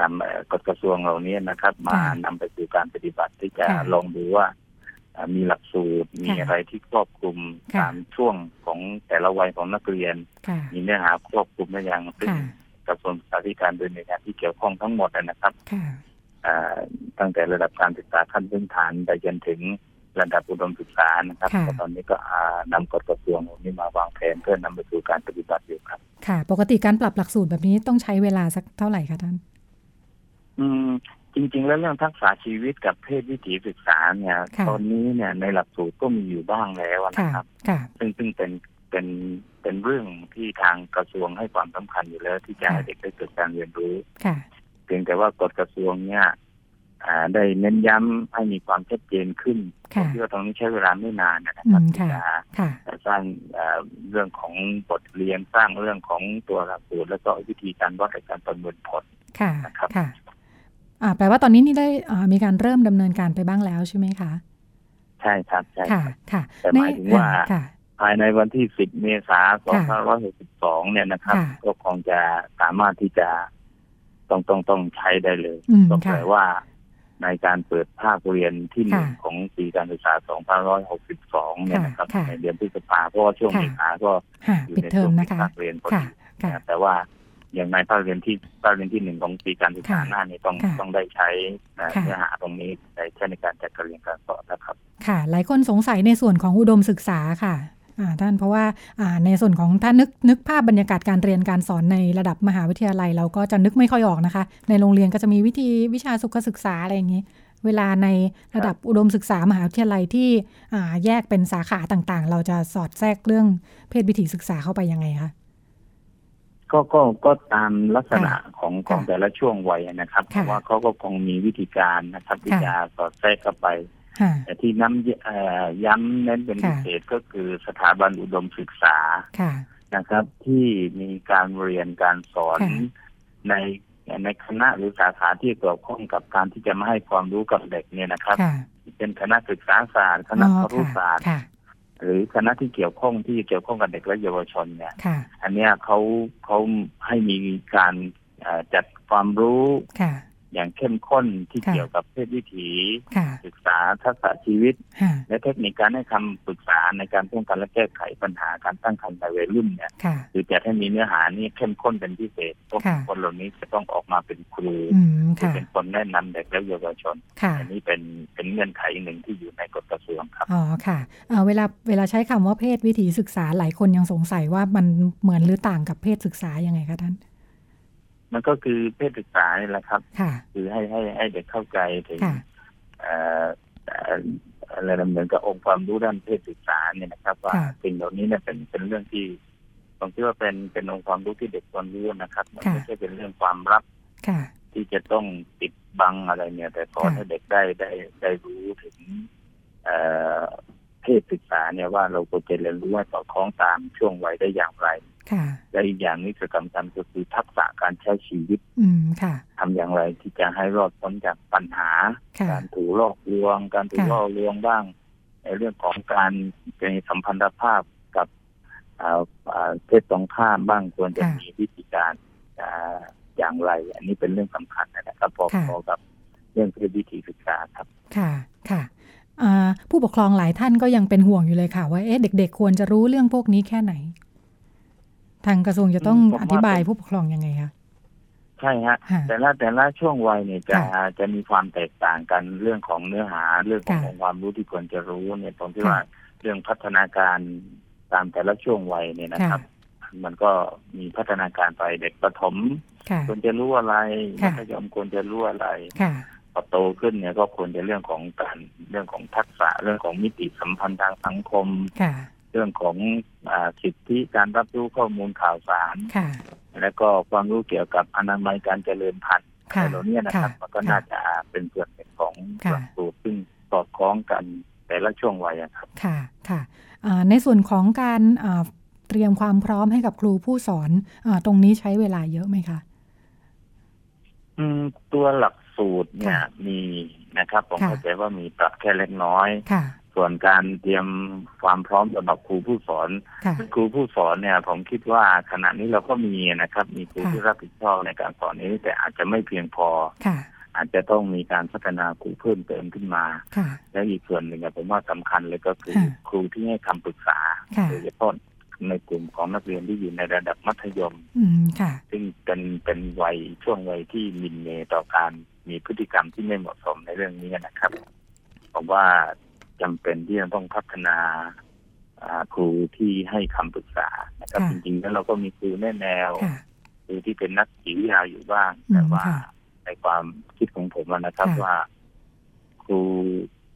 Speaker 8: นำเอ่อกฎกระทรวงเหล่านี้นะครับ มา
Speaker 2: ค่ะ
Speaker 8: นำไปสู่การปฏิบัติที่จะ
Speaker 2: ค่ะ
Speaker 8: ลองดูว่าเอ่อมีหลักสูตร มี
Speaker 2: ค่ะ
Speaker 8: อะไรที่ครอบคลุม
Speaker 2: ค่ะ
Speaker 8: ตามช่วงของแต่ละวัยของนักเรียน
Speaker 2: ค่ะ
Speaker 8: มีเนื้อหาครอบคลุมหรือยังซึ่ง
Speaker 2: ค่ะ
Speaker 8: กระทรวงศึกษาธิการโดยหน่วยงานที่เกี่ยวข้องทั้งหมดนะครับ
Speaker 2: ค่ะ
Speaker 8: เอ่อตั้งแต่ระดับการศึกษาขั้นพื้นฐานไปจนถึงระดับอุดมศึกษานะครับ
Speaker 2: ค่ะ
Speaker 8: แต่ตอนนี้ก็อ่านำกฎกระทรวงเหล่านี้มาวางแผนเพื่อนำไปสู่การปฏิบัติอยู่ครับ
Speaker 2: ค่ะ ปกติการปรับหลักสูตรแบบนี้ต้องใช้เวลาสักเท่าไหร่คะท่าน
Speaker 8: อืมจริงๆ แล้วเรื่องทักษะชีวิตกับเพศวิถีศึกษาเนี่ย
Speaker 2: ค่ะ
Speaker 8: ตอนนี้เนี่ยในหลักสูตรก็มีอยู่บ้างแล้ว
Speaker 2: ค่ะ
Speaker 8: นะครับ
Speaker 2: ค่ะ
Speaker 8: ซึ่งซึ่งเป็นเป็นเป็นเรื่องที่ทางกระทรวงให้ความสำคัญอยู่แล้วที่จะ
Speaker 2: ค่ะ
Speaker 8: ให้เด็กได้เกิดการเรียนรู้
Speaker 2: ค่ะ
Speaker 8: เพียงแต่ว่ากฎกระทรวงเนี่ย อ่าได้เน้นย้ำให้มีความชัดเจนขึ้น
Speaker 2: ค่ะ
Speaker 8: ที่ว่าตรงนี้ใช้เวลาไม่นานนะ
Speaker 2: อื
Speaker 8: ครับ
Speaker 2: ม
Speaker 8: ที่
Speaker 2: ค่ะ
Speaker 8: จะ
Speaker 2: ค่ะ
Speaker 8: จะสร้างเอ่อเรื่องของบทเรียนสร้างเรื่องของตัวหลักสูตร แล้วก็วิธีการวัดและการประเมินผล
Speaker 2: ค่ะ
Speaker 8: นะครับ
Speaker 2: ค่ะอ่าแปลว่าตอนนี้นี่ได้อ่ามีการเริ่มดำเนินการไปบ้างแล้วใช่ไหมคะ
Speaker 8: ใช่ครับใช่
Speaker 2: ค่ะ ค่ะ
Speaker 8: แต่หมายถึงว่า
Speaker 2: ในค่ะ
Speaker 8: ภายในวันที่ 10 เมษายน2562 เนี่ยนะครับ
Speaker 2: ค่ะ
Speaker 8: ก็คงจะสามารถที่จะต้องต้องต้องใช้ได้เลย
Speaker 2: อืม
Speaker 8: ก็แปล
Speaker 2: ค่ะ
Speaker 8: ว่าในการเปิดภาคเรียนที่หนึ่ง
Speaker 2: ค่ะ
Speaker 8: ของปีการศึกษา 2562 เนี่ยนะครับ
Speaker 2: ค่ะค่ะ
Speaker 8: ในเดือนพฤษภาเพราะว่าช่วง
Speaker 2: ค่ะ
Speaker 8: เมษาก็
Speaker 2: ค่ะ
Speaker 8: อยู่
Speaker 2: ปิด
Speaker 8: ใน
Speaker 2: เทอ
Speaker 8: ช่ว
Speaker 2: ม
Speaker 8: ง
Speaker 2: นะคะ
Speaker 8: ภาคเรียนพอ
Speaker 2: ค่ะ
Speaker 8: ดี
Speaker 2: ค่ะ
Speaker 8: นะแต่ว่าอย่างในภาคเรียนที่ภาคเรียนที่หนึ่งของปีการศึกษา
Speaker 2: ค่ะ
Speaker 8: หน้านี้ต้อง
Speaker 2: ค่ะ
Speaker 8: ต้องได้ใช้นะ
Speaker 2: ค่ะ
Speaker 8: เนื้อหาตรงนี้ในใช้ในการจัดการเรียนการสอนนะครับ
Speaker 2: ค่ะ หลายคนสงสัยในส่วนของอุดมศึกษาค่ะอ่าท่านเพราะว่าอ่าในส่วนของถ้านึกนึกภาพบรรยากาศการเรียนการสอนในระดับมหาวิทยาลัย เราก็จะนึกไม่ค่อยออกนะคะ ในโรงเรียนก็จะมีวิธีวิชาสุขศึกษาอะไรอย่างนี้ เวลาในระดับอุดมศึกษามหาวิทยาลัยที่อ่าแยกเป็นสาขาต่างๆ เราจะสอดแทรกเรื่องเพศวิถีศึกษาเข้าไปยังไงคะ
Speaker 8: ก็ก็ก็ตามลักษณะของ
Speaker 2: ค่ะ
Speaker 8: ของแต่ละช่วงวัยนะครับเพ
Speaker 2: ค่ะ
Speaker 8: ราะว่าเขาก็คงมีวิธีการนะครับที่
Speaker 2: ค่ะ
Speaker 8: จะสอดแทรกเข้าไป
Speaker 2: ค่ะ
Speaker 8: แต่ที่น้ำเอ่อย้ำเน้นเป็น
Speaker 2: ค่ะ
Speaker 8: พิเศษก็คือสถาบันอุดมศึกษา
Speaker 2: ค่ะ
Speaker 8: นะครับ ที่มีการเรียนการสอน
Speaker 2: ค่ะ
Speaker 8: ในในคณะหรือสาขาที่เกี่ยวข้องกับการที่จะมาให้ความรู้กับเด็กเนี่ยนะครับ
Speaker 2: ค่ะ
Speaker 8: เป็นคณะศึกษาศาสตร์คณะครุศาสตร์
Speaker 2: ค่ะ
Speaker 8: หรือคณะที่เกี่ยวข้องที่เกี่ยวข้องกับเด็กและเยาวชนเนี่ย
Speaker 2: ค่ะ
Speaker 8: อันเนี้ยเขาเขาให้มีการเอ่อจัดความรู้
Speaker 2: ค่ะ
Speaker 8: อย่างเข้มข้นที่
Speaker 2: ค่ะ
Speaker 8: เกี่ยวกับเพศวิถี
Speaker 2: ค่ะ
Speaker 8: ศึกษาทักษะชีวิต
Speaker 2: ค่ะ
Speaker 8: และเทคนิคการให้คำปรึกษาในการป้องกันและแก้ไขปัญหาการตั้งครรภ์ในวัยรุ่นเนี่ย
Speaker 2: ค่ะ
Speaker 8: คือจะให้มีเนื้อหานี่เข้มข้นเป็นพิเศษเพราะ
Speaker 2: ค่ะ
Speaker 8: คนเหล่านี้จะต้องออกมาเป็นครู
Speaker 2: อืม
Speaker 8: ที่
Speaker 2: ค่ะ
Speaker 8: เป็นคนแนะนำเด็กและเยาวชน
Speaker 2: ค่ะ
Speaker 8: อันนี้เป็นเป็นเงื่อนไขหนึ่งที่อยู่ในกฎกระทรวงครับ
Speaker 2: อ๋อ ค่ะเอ่อเวลา เวลาใช้คำว่าเพศวิถีศึกษา หลายคนยังสงสัยว่ามันเหมือนหรือต่างกับเพศศึกษายังไงคะท่าน
Speaker 8: มันก็คือเพศศึกษานี่แหละครับ
Speaker 2: ค่ะ
Speaker 8: คือให้ให้ให้เด็กเข้าใจถึง
Speaker 2: ค่ะ
Speaker 8: เอ่อเอ่ออะไรนะเหมือนกับองค์ความรู้ด้านเพศศึกษาเนี่ยนะครับว่า
Speaker 2: ค่ะ
Speaker 8: สิ่งเหล่านี้เนี่ยเป็นเป็นเรื่องที่ผมคิดว่าเป็นเป็นองค์ความรู้ที่เด็กควรรู้นะครับมันไม่ใช่เป็นเรื่องความลับ
Speaker 2: ค่ะ
Speaker 8: ที่จะต้องปิดบังอะไรเนี่ย แต่ขอ
Speaker 2: ค่ะ
Speaker 8: ให้เด็กได้ได้ได้รู้ถึงเอ่อเพศศึกษาเนี่ยว่าเราควรจะเรียนรู้ว่าสอดคล้องตามช่วงวัยได้อย่างไร
Speaker 2: ค่ะ
Speaker 8: และอีกอย่างนี้สำคัญก็คือทักษะการใช้ชีวิต
Speaker 2: อืม ค่ะ
Speaker 8: ทำอย่างไรที่จะให้รอดพ้นจากปัญหา
Speaker 2: ค่ะ
Speaker 8: การถูกลอกลวง การถูก
Speaker 2: ค่ะ
Speaker 8: ล่อลวงบ้างในเรื่องของการในสัมพันธภาพกับเอ่อเอ่อเพศตรงข้ามบ้างควรจะ
Speaker 2: ค่ะ
Speaker 8: มีวิธีการอ่าอย่างไร อันนี้เป็นเรื่องสำคัญนะครับพอ
Speaker 2: ค่ะ
Speaker 8: พอกับเรื่องเพศวิถีศึกษาครับ
Speaker 2: ค่ะ ค่ะอ่าผู้ปกครองหลายท่านก็ยังเป็นห่วงอยู่เลยค่ะ ว่า เอ๊ะ เด็ก ๆ ควรจะรู้เรื่องพวกนี้แค่ไหน ทางกระทรวงจะต้อง
Speaker 8: อืมผมว่า
Speaker 2: อธิบายผู้ปกครองยังไงคะ
Speaker 8: ใช่ฮะ
Speaker 2: ค่ะ
Speaker 8: แต่ละแต่ละช่วงวัยเนี่ยจะ
Speaker 2: ค่ะ
Speaker 8: จะมีความแตกต่างกันเรื่องของเนื้อหาเรื่องของ
Speaker 2: ค่ะ
Speaker 8: องค์ความรู้ที่ควรจะรู้เนี่ยผมคิด
Speaker 2: ค่ะ
Speaker 8: ว่าเรื่องพัฒนาการตามแต่ละช่วงวัยเนี่ยนะครับ มันก็มีพัฒนาการไปเด็กประถม
Speaker 2: ค่ะ
Speaker 8: ควรจะรู้อะไรมั
Speaker 2: ค่ะ
Speaker 8: ธยมควรจะรู้อะไร
Speaker 2: ค่ะ
Speaker 8: พอโตขึ้นเนี่ยก็ควรจะเรื่องของการเรื่องของทักษะเรื่องของมิติสัมพันธ์ทางสังคม
Speaker 2: ค่ะ
Speaker 8: เรื่องของอาสิทธิการรับรู้ข้อมูลข่าวสาร
Speaker 2: ค่ะ
Speaker 8: และก็ความรู้เกี่ยวกับอนามัยการเจริญพันธุ์
Speaker 2: ค่ะ
Speaker 8: อะไรเหล่านี้นะครับ
Speaker 2: ค่ะ
Speaker 8: มันก็น่าจะเป็นส่วนหนึ่งของ
Speaker 2: ค่ะ
Speaker 8: หลักสูตรซึ่งสอดคล้องกันแต่ละช่วงวัยอะครับ
Speaker 2: ค่ะ ค่ะอ่าในส่วนของการอ่าเตรียมความพร้อมให้กับครูผู้สอนอาตรงนี้ใช้เวลาเยอะไหมคะ
Speaker 8: อืมตัวหลักสูตรเนี่ย
Speaker 2: ค่ะ
Speaker 8: มีนะครับผม
Speaker 2: ค่ะ
Speaker 8: เข้าใจว่ามีปรับแค่เล็กน้อย
Speaker 2: ค่ะ
Speaker 8: ส่วนการเตรียมความพร้อมสำหรับครูผู้สอน
Speaker 2: ค่ะ
Speaker 8: ครูผู้สอนเนี่ยผมคิดว่าขณะนี้เราก็มีนะครับ มีครู
Speaker 2: ค่ะ
Speaker 8: ที่รับผิดชอบในการสอนนี้ แต่อาจจะไม่เพียงพอ
Speaker 2: ค่ะ
Speaker 8: อาจจะต้องมีการพัฒนาครูเพิ่มเติมขึ้นมา
Speaker 2: ค่ะ
Speaker 8: และอีกส่วนหนึ่งอะผมว่าสำคัญเลยก็คือ
Speaker 2: ค่ะ
Speaker 8: ครูที่ให้คำปรึกษา
Speaker 2: ค่ะ
Speaker 8: โดยเฉพาะในกลุ่มของนักเรียนที่อยู่ในระดับมัธยม
Speaker 2: อืม ค่ะ
Speaker 8: ซึ่งเป็นเป็นวัยช่วงวัยที่มินเมต่อการมีพฤติกรรมที่ไม่เหมาะสมในเรื่องนี้นะครับผมว่าจำเป็นที่จะต้องพัฒนาอ่าครูที่ให้คำปรึกษานะครับ
Speaker 2: ค่ะ
Speaker 8: จริงๆแล้วเราก็มีครูแนะแนว
Speaker 2: ค่ะ
Speaker 8: ครูที่เป็นนักจิตวิทยาอยู่บ้าง
Speaker 2: อืม
Speaker 8: แต่ว่า
Speaker 2: ค่ะ
Speaker 8: ในความคิดของผมอะนะครับ
Speaker 2: ค่ะ
Speaker 8: ว่า ครู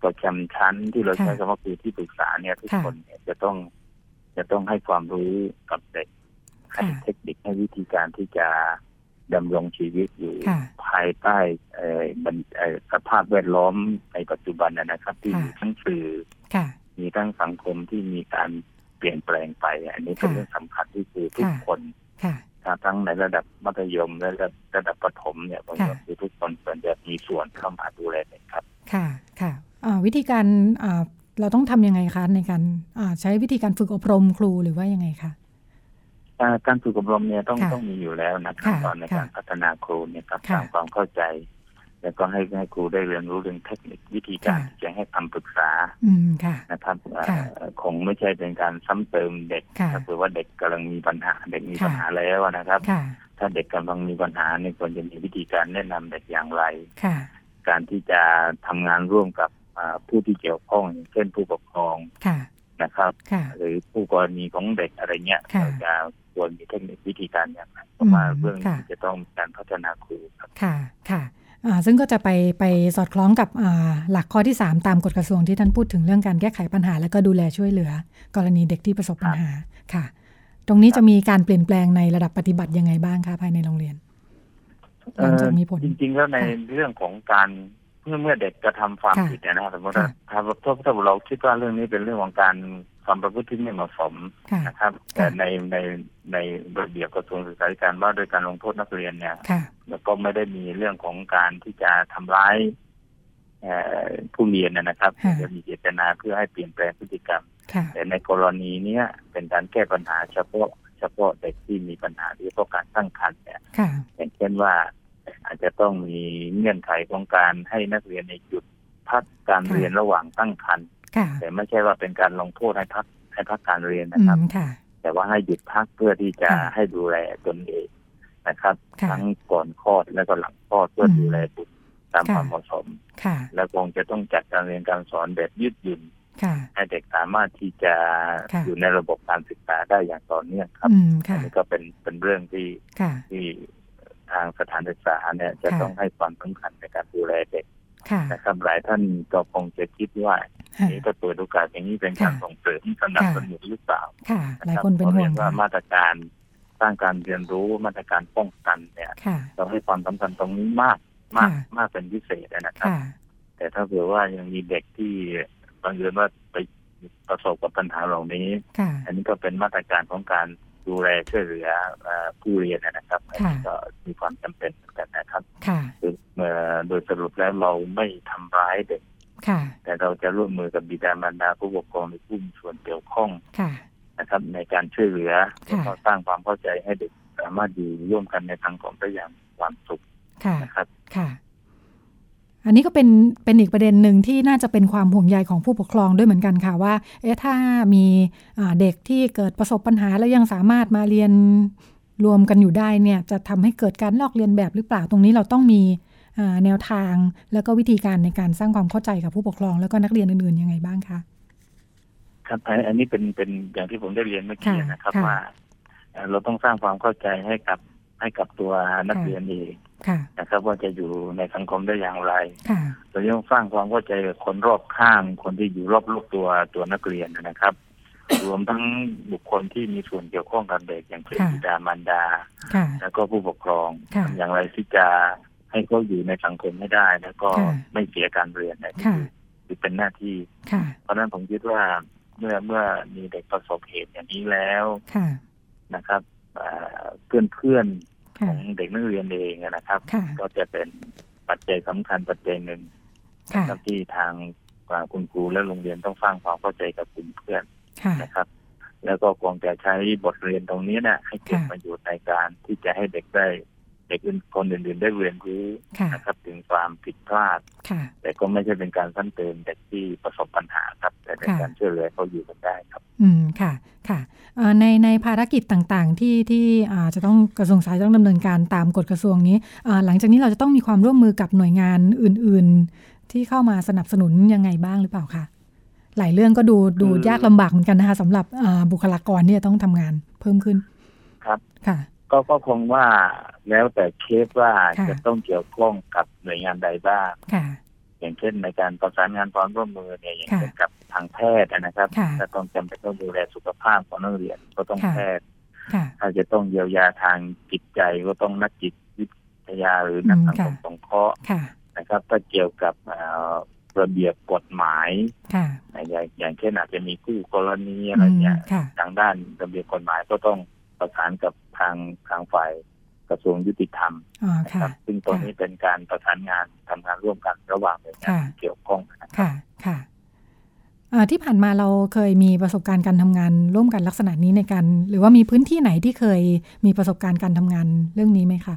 Speaker 8: ประจำชั้นที่เรา
Speaker 2: ค่ะ
Speaker 8: ใช้คำว่าครูที่ปรึกษาเนี่ยทุก
Speaker 2: ค่ะ
Speaker 8: คนเนี่ยจะต้องจะต้องให้ความรู้กับเด็ก ให้
Speaker 2: ค่ะ
Speaker 8: เทคนิคให้วิธีการที่จะดำรงชีวิตอยู่
Speaker 2: ค่ะ
Speaker 8: ภ ภายใต้เอ่อบันเอ่อสภาพแวดล้อมในปัจจุบันนะนะครับ ที่
Speaker 2: ค่ะ
Speaker 8: มีทั้งสื่อ
Speaker 2: ค่ะ
Speaker 8: มีทั้งสังคมที่มีการเปลี่ยนแปลงไป อันนี้เป็น
Speaker 2: ค่ะ
Speaker 8: เรื่องสำคัญที่คือทุก
Speaker 2: ค่ะ
Speaker 8: คน
Speaker 2: ค่ะ
Speaker 8: นะทั้งในระดับมัธยมและระดับระดับประถมเนี่ยผมว่า
Speaker 2: ค่ะ
Speaker 8: คือทุกคนส่วนจะมีส่วนเข้ามาดูแลเนยครับ
Speaker 2: ค่ะ ค่ะอ่าวิธีการอ่าเราต้องทำยังไงคะในการอ่าใช้วิธีการฝึกอบรมครูหรือว่ายังไงคะ
Speaker 8: อ่าการฝึกอบรมเนี่ยต้อง
Speaker 2: ค่ะ
Speaker 8: ต้องมีอยู่แล้วนะครับ
Speaker 2: ค่ะ
Speaker 8: ตอนในการ
Speaker 2: ค่ะ
Speaker 8: พัฒนาครูเนี่ยครับ
Speaker 2: ค่ะ
Speaker 8: สร้างความเข้าใจ แล้วก็ให้ให้ครูได้เรียนรู้เรื่องเทคนิควิธีการ
Speaker 2: ค่ะ
Speaker 8: ที่จะให้คำปรึกษา
Speaker 2: อืมค่ะ
Speaker 8: นะครับอ่า
Speaker 2: ค่ะ
Speaker 8: คงไม่ใช่เป็นการซ้ำเติมเด็ก
Speaker 2: ค่ะ
Speaker 8: ครับหรือว่าเด็กกำลังมีปัญหาเด็กมี
Speaker 2: ค่ะ
Speaker 8: ปัญหาแล้วนะครับ
Speaker 2: ค่ะ
Speaker 8: ถ้าเด็กกำลังมีปัญหาเนี่ยควรจะมีวิธีการแนะนำเด็กอย่างไร
Speaker 2: ค่ะ
Speaker 8: การที่จะทำงานร่วมกับอ่าผู้ที่เกี่ยวข้องอย่างเช่นผู้ปกครอง
Speaker 2: ค่ะ
Speaker 8: นะครับ
Speaker 2: ค่ะ
Speaker 8: หรือผู้กรณีของเด็กอะไรเงี้ย
Speaker 2: ค่ะ
Speaker 8: เราจะควรมีเทคนิควิธีการอย่างไรเพราะว่า
Speaker 2: อืม
Speaker 8: เรื่อง
Speaker 2: ค่ะ
Speaker 8: นี้จะต้องมีการพัฒนาครูครับ
Speaker 2: ค่ะ ค่ะอ่าซึ่งก็จะไปไปสอดคล้องกับอ่าหลักข้อที่ 3 ตามกฎกระทรวงที่ท่านพูดถึงเรื่องการแก้ไขปัญหา และก็ดูแลช่วยเหลือ กรณีเด็กที่ประสบปัญหา ค่ะ ตรงนี้จะมีการเปลี่ยนแปลงในระดับปฏิบัติยังไงบ้างคะภายในโรงเรียน หลังจากมีผล
Speaker 8: เอ่อจริง ๆ แล้วใน
Speaker 2: ค่ะ
Speaker 8: เรื่องของการเมื่อเมื่อเด็กกระทำความ
Speaker 2: ค่ะ
Speaker 8: ผิดเนยนะครับสมมติว่า
Speaker 2: ค่ะ
Speaker 8: ถ้าถ้าถ้าเราคิดว่าเรื่องนี้เป็นเรื่องของการความประพฤติที่ไม่เหมาะสม
Speaker 2: ค่ะ
Speaker 8: นะครับ แต่
Speaker 2: ค่ะ
Speaker 8: ในในในระเบียบกระทรวงศึกษาธิการว่าโดวยการลงโทษนักเรียนเนี่ย
Speaker 2: ค่ะ
Speaker 8: แล้วก็ไม่ได้มีเรื่องของการที่จะทำร้ายเอ่อผู้เรียนนะนะครับ
Speaker 2: ค่ะ
Speaker 8: จะมีเจตนาเพื่อให้เปลี่ยนแปลงพฤติกรรม
Speaker 2: ค่ะ
Speaker 8: แต่ในกรณีเนี้ยเป็นการแก้ปัญหาเฉพาะเฉพาะเด็กที่มีปัญหาโดยเฉพาะการตั้งครรภ์เนี่ย
Speaker 2: ค่ะ
Speaker 8: อย่างเช่นว่า อาจจะต้องมีเงื่อนไขของการให้นักเรียนในหยุดพักการ
Speaker 2: ค่ะ
Speaker 8: เรียนระหว่างตั้งครรภ์
Speaker 2: ค่ะ
Speaker 8: แต่ไม่ใช่ว่าเป็นการลงโทษให้พักให้พักการเรียน
Speaker 2: อื
Speaker 8: นะครับ
Speaker 2: ม ค่ะ
Speaker 8: แต่ว่าให้หยุดพักเพื่อที่จะ
Speaker 2: ค่ะ
Speaker 8: ให้ดูแลตนเองนะครับ
Speaker 2: ค่ะ
Speaker 8: ทั้งก่อนคลอดและก็หลังคลอดเพื่อดูแลบุตรตามความเหมาะสม
Speaker 2: ค่ะ
Speaker 8: และคงจะต้องจัดการเรียนการสอนแบบยืดหยุ่น
Speaker 2: ค่ะ
Speaker 8: ให้เด็กสามารถที่จะ
Speaker 2: ค่ะ
Speaker 8: อยู่ในระบบการศึกษาได้อย่างต่อเนื่องครับ
Speaker 2: อืม
Speaker 8: อั
Speaker 2: ค่ะ
Speaker 8: นนี้ก็เป็นเป็นเรื่องที่
Speaker 2: ค่ะ
Speaker 8: ที่ทางสถานศึกษาเนี่ยจะ
Speaker 2: ค่ะ
Speaker 8: ต้องให้ความสำคัญในการดูแลเด็ก
Speaker 2: ค่ะ
Speaker 8: นะครับ หลายท่านก็คงจะคิดว่า
Speaker 2: ค่ะ
Speaker 8: นี่ถ้าเปิดโอกาสอย่างนี้เป็นการ
Speaker 2: ค่ะ
Speaker 8: ส่งเสริมสนับสนุนหรือเปล่า
Speaker 2: ค่ะ หลาย
Speaker 8: รับ
Speaker 2: คนเป็น
Speaker 8: ข
Speaker 2: ห่
Speaker 8: รี
Speaker 2: วย ง
Speaker 8: ว่า
Speaker 2: ค่ะ
Speaker 8: มาตรการสร้างการเรียนรู้มาตรการป้องกันเนี่ย
Speaker 2: ค่ะ
Speaker 8: เราให้ความสำคัญตรงนี้มากมาก
Speaker 2: ค่ะ
Speaker 8: มากเป็นพิเศษนะครับ
Speaker 2: ค่ะ
Speaker 8: แต่ถ้าเผื่อว่ายังมีเด็กที่บังเอิญว่าไปประสบกับปัญหาเหล่านี้
Speaker 2: ค่ะ
Speaker 8: อันนี้ก็เป็นมาตรการของการดูแลช่วยเหลือเอ่อผู้เรียนนะครับอันนี้ก็มีความจำเป็นเหมือนกันนะครับ
Speaker 2: ค่ะ
Speaker 8: คือเอ่อโดยสรุปแล้วเราไม่ทำร้ายเด็ก
Speaker 2: ค่ะ
Speaker 8: แต่เราจะร่วมมือกับบิดามารดาผู้ปกครองหรือผู้มีส่วนเกี่ยวข้อง
Speaker 2: ค่ะ
Speaker 8: นะครับ ในการช่วยเหลือ
Speaker 2: ค่ะ
Speaker 8: แล้วก็สร้างความเข้าใจให้เด็กสามารถอยู่ร่วมกันในทางของได้อย่างมีความสุข
Speaker 2: ค่ะ
Speaker 8: นะครับ
Speaker 2: ค่ะ อันนี้ก็เป็นเป็นอีกประเด็นหนึ่งที่น่าจะเป็นความห่วงใยของผู้ปกครองด้วยเหมือนกันค่ะว่า เอ๊ะถ้ามีอ่าเด็กที่เกิดประสบปัญหาแล้วยังสามารถมาเรียนรวมกันอยู่ได้เนี่ย จะทำให้เกิดการลอกเรียนแบบหรือเปล่าตรงนี้เราต้องมีอ่าแนวทาง แล้วก็วิธีการในการสร้างความเข้าใจกับผู้ปกครอง แล้วก็นักเรียนอื่นๆยังไงบ้างคะ
Speaker 8: ครับอันอันนี้เป็นเป็นอย่างที่ผมได้เรียนเมื่อกี้
Speaker 2: ค่ะ
Speaker 8: นะครับ
Speaker 2: ค่ะ
Speaker 8: ว่าเอ่อเราต้องสร้างความเข้าใจให้กับให้กับตัวนัก
Speaker 2: ค่ะ
Speaker 8: เรียนเอง
Speaker 2: ค่ะ
Speaker 8: นะครับ ว่าจะอยู่ในสังคมได้อย่างไร
Speaker 2: ค่ะ
Speaker 8: เราต้องสร้างความเข้าใจกับคนรอบข้าง คนที่อยู่รอบๆตัวตัวนักเรียนนะครับ รวมทั้งบุคคลที่มีส่วนเกี่ยวข้องกับเด็กอย่างเช่น
Speaker 2: ค่ะ
Speaker 8: บิดามารดา
Speaker 2: ค่ะ
Speaker 8: แล้วก็ผู้ปกครอง
Speaker 2: ค่ะ
Speaker 8: ทำอย่างไรที่จะให้เขาอยู่ในสังคมให้ได้ แล้วก็
Speaker 2: ค่ะ
Speaker 8: ไม่เสียการเรียนนะนี่
Speaker 2: ค่ะ
Speaker 8: คือคือเป็นหน้าที่
Speaker 2: ค่ะ
Speaker 8: เพราะฉะนั้นผมคิดว่าเมื่อเมื่อมีเด็กประสบเหตุอย่างนี้แล้ว
Speaker 2: ค่ะ
Speaker 8: นะครับเพื่อนเพื่อนๆข
Speaker 2: ค่ะ
Speaker 8: องเด็กนักเรียนเองนะครับ
Speaker 2: ค่ะ
Speaker 8: ก็จะเป็นปัจจัยสำคัญปัจจัยหนึ่ง
Speaker 2: ค่ะ
Speaker 8: นะครับที่ทางคุณครูและโรงเรียนต้องสร้างความเข้าใจกับกลุ่มเพื่อน
Speaker 2: ค่ะ
Speaker 8: นะครับ แล้วก็คงจะใช้บทเรียนตรงนี้นะให้เกิด
Speaker 2: ค่ะ
Speaker 8: ประโยชน์ในการที่จะให้เด็กได้เด็กอื่นคนอื่นๆได้เรียนรู้
Speaker 2: ค่ะ
Speaker 8: นะครับ ถึงความผิดพลาด
Speaker 2: ค่ะ
Speaker 8: แต่ก็ไม่ใช่เป็นการซ้ำเติมเด็กที่ประสบปัญหาครับ แต่เป็น
Speaker 2: ค่ะ
Speaker 8: การช่วยเหลือเขาอยู่กันได้ครับ
Speaker 2: อืมค่ะค่ะเอ่อในในภารกิจต่างๆที่ที่อ่าจะต้องกระทรวงสาธารณสุขต้องดำเนินการตามกฎกระทรวงนี้อ่าหลังจากนี้เราจะต้องมีความร่วมมือกับหน่วยงานอื่น ๆ ที่เข้ามาสนับสนุนยังไงบ้างหรือเปล่าคะหลายเรื่องก็ดูดูยากลำบากเหมือนกันนะคะสำหรับอ่าบุคลากรที่จะต้องทำงานเพิ่มขึ้น
Speaker 8: ครับ
Speaker 2: ค่ะ
Speaker 8: ก็ก็คงว่าแล้วแต่เคสว่า
Speaker 2: ค่ะ
Speaker 8: จะต้องเกี่ยวข้องกับหน่วยงานใดบ้าง
Speaker 2: ค่ะ
Speaker 8: อย่างเช่นในการประสานงานความร่วมมือเนี่ยอย่าง
Speaker 2: ค่ะ
Speaker 8: เช่นกับทางแพทย์นะครับ
Speaker 2: ค่ะ
Speaker 8: ถ้าต้องจำเป็นต้องดูแลสุขภาพของนักเรียนก็ต้อง
Speaker 2: ค่ะ
Speaker 8: แพทย์
Speaker 2: ค่ะ
Speaker 8: ถ้าจะต้องเยียวยาทางจิตใจก็ต้องนักจิตวิ ทยาหรือนักสังคมสงเคราะห์
Speaker 2: ค่ะ
Speaker 8: นะครับถ้าเกี่ยวกับเอ่อระเบียบกฎหมาย
Speaker 2: ค่ะ
Speaker 8: นะอย่างอย่างเช่นอาจจะมีคู่กรณี
Speaker 2: อื
Speaker 8: อะไร
Speaker 2: ม
Speaker 8: เนี่ย
Speaker 2: ค่ะ
Speaker 8: ทางด้านระเบียบกฎหมายก็ต้องประสานกับทางทางฝ่ายกระทรวงยุติธรรม
Speaker 2: อ๋อ
Speaker 8: นะค
Speaker 2: ค่ะ
Speaker 8: รับ ซึ่งตรงนี้เป็นการประสานงานทำงานร่วมกันระหว่างหน่วยงาน
Speaker 2: ค่ะ
Speaker 8: ที่เกี่ยวข้องนะครับ
Speaker 2: ค่ะ ค่ะเอ่อที่ผ่านมาเราเคยมีประสบการณ์การทำงานร่วมกันลักษณะนี้ในการ หรือว่ามีพื้นที่ไหนที่เคยมีประสบการณ์การทำงานเรื่องนี้ไหมคะ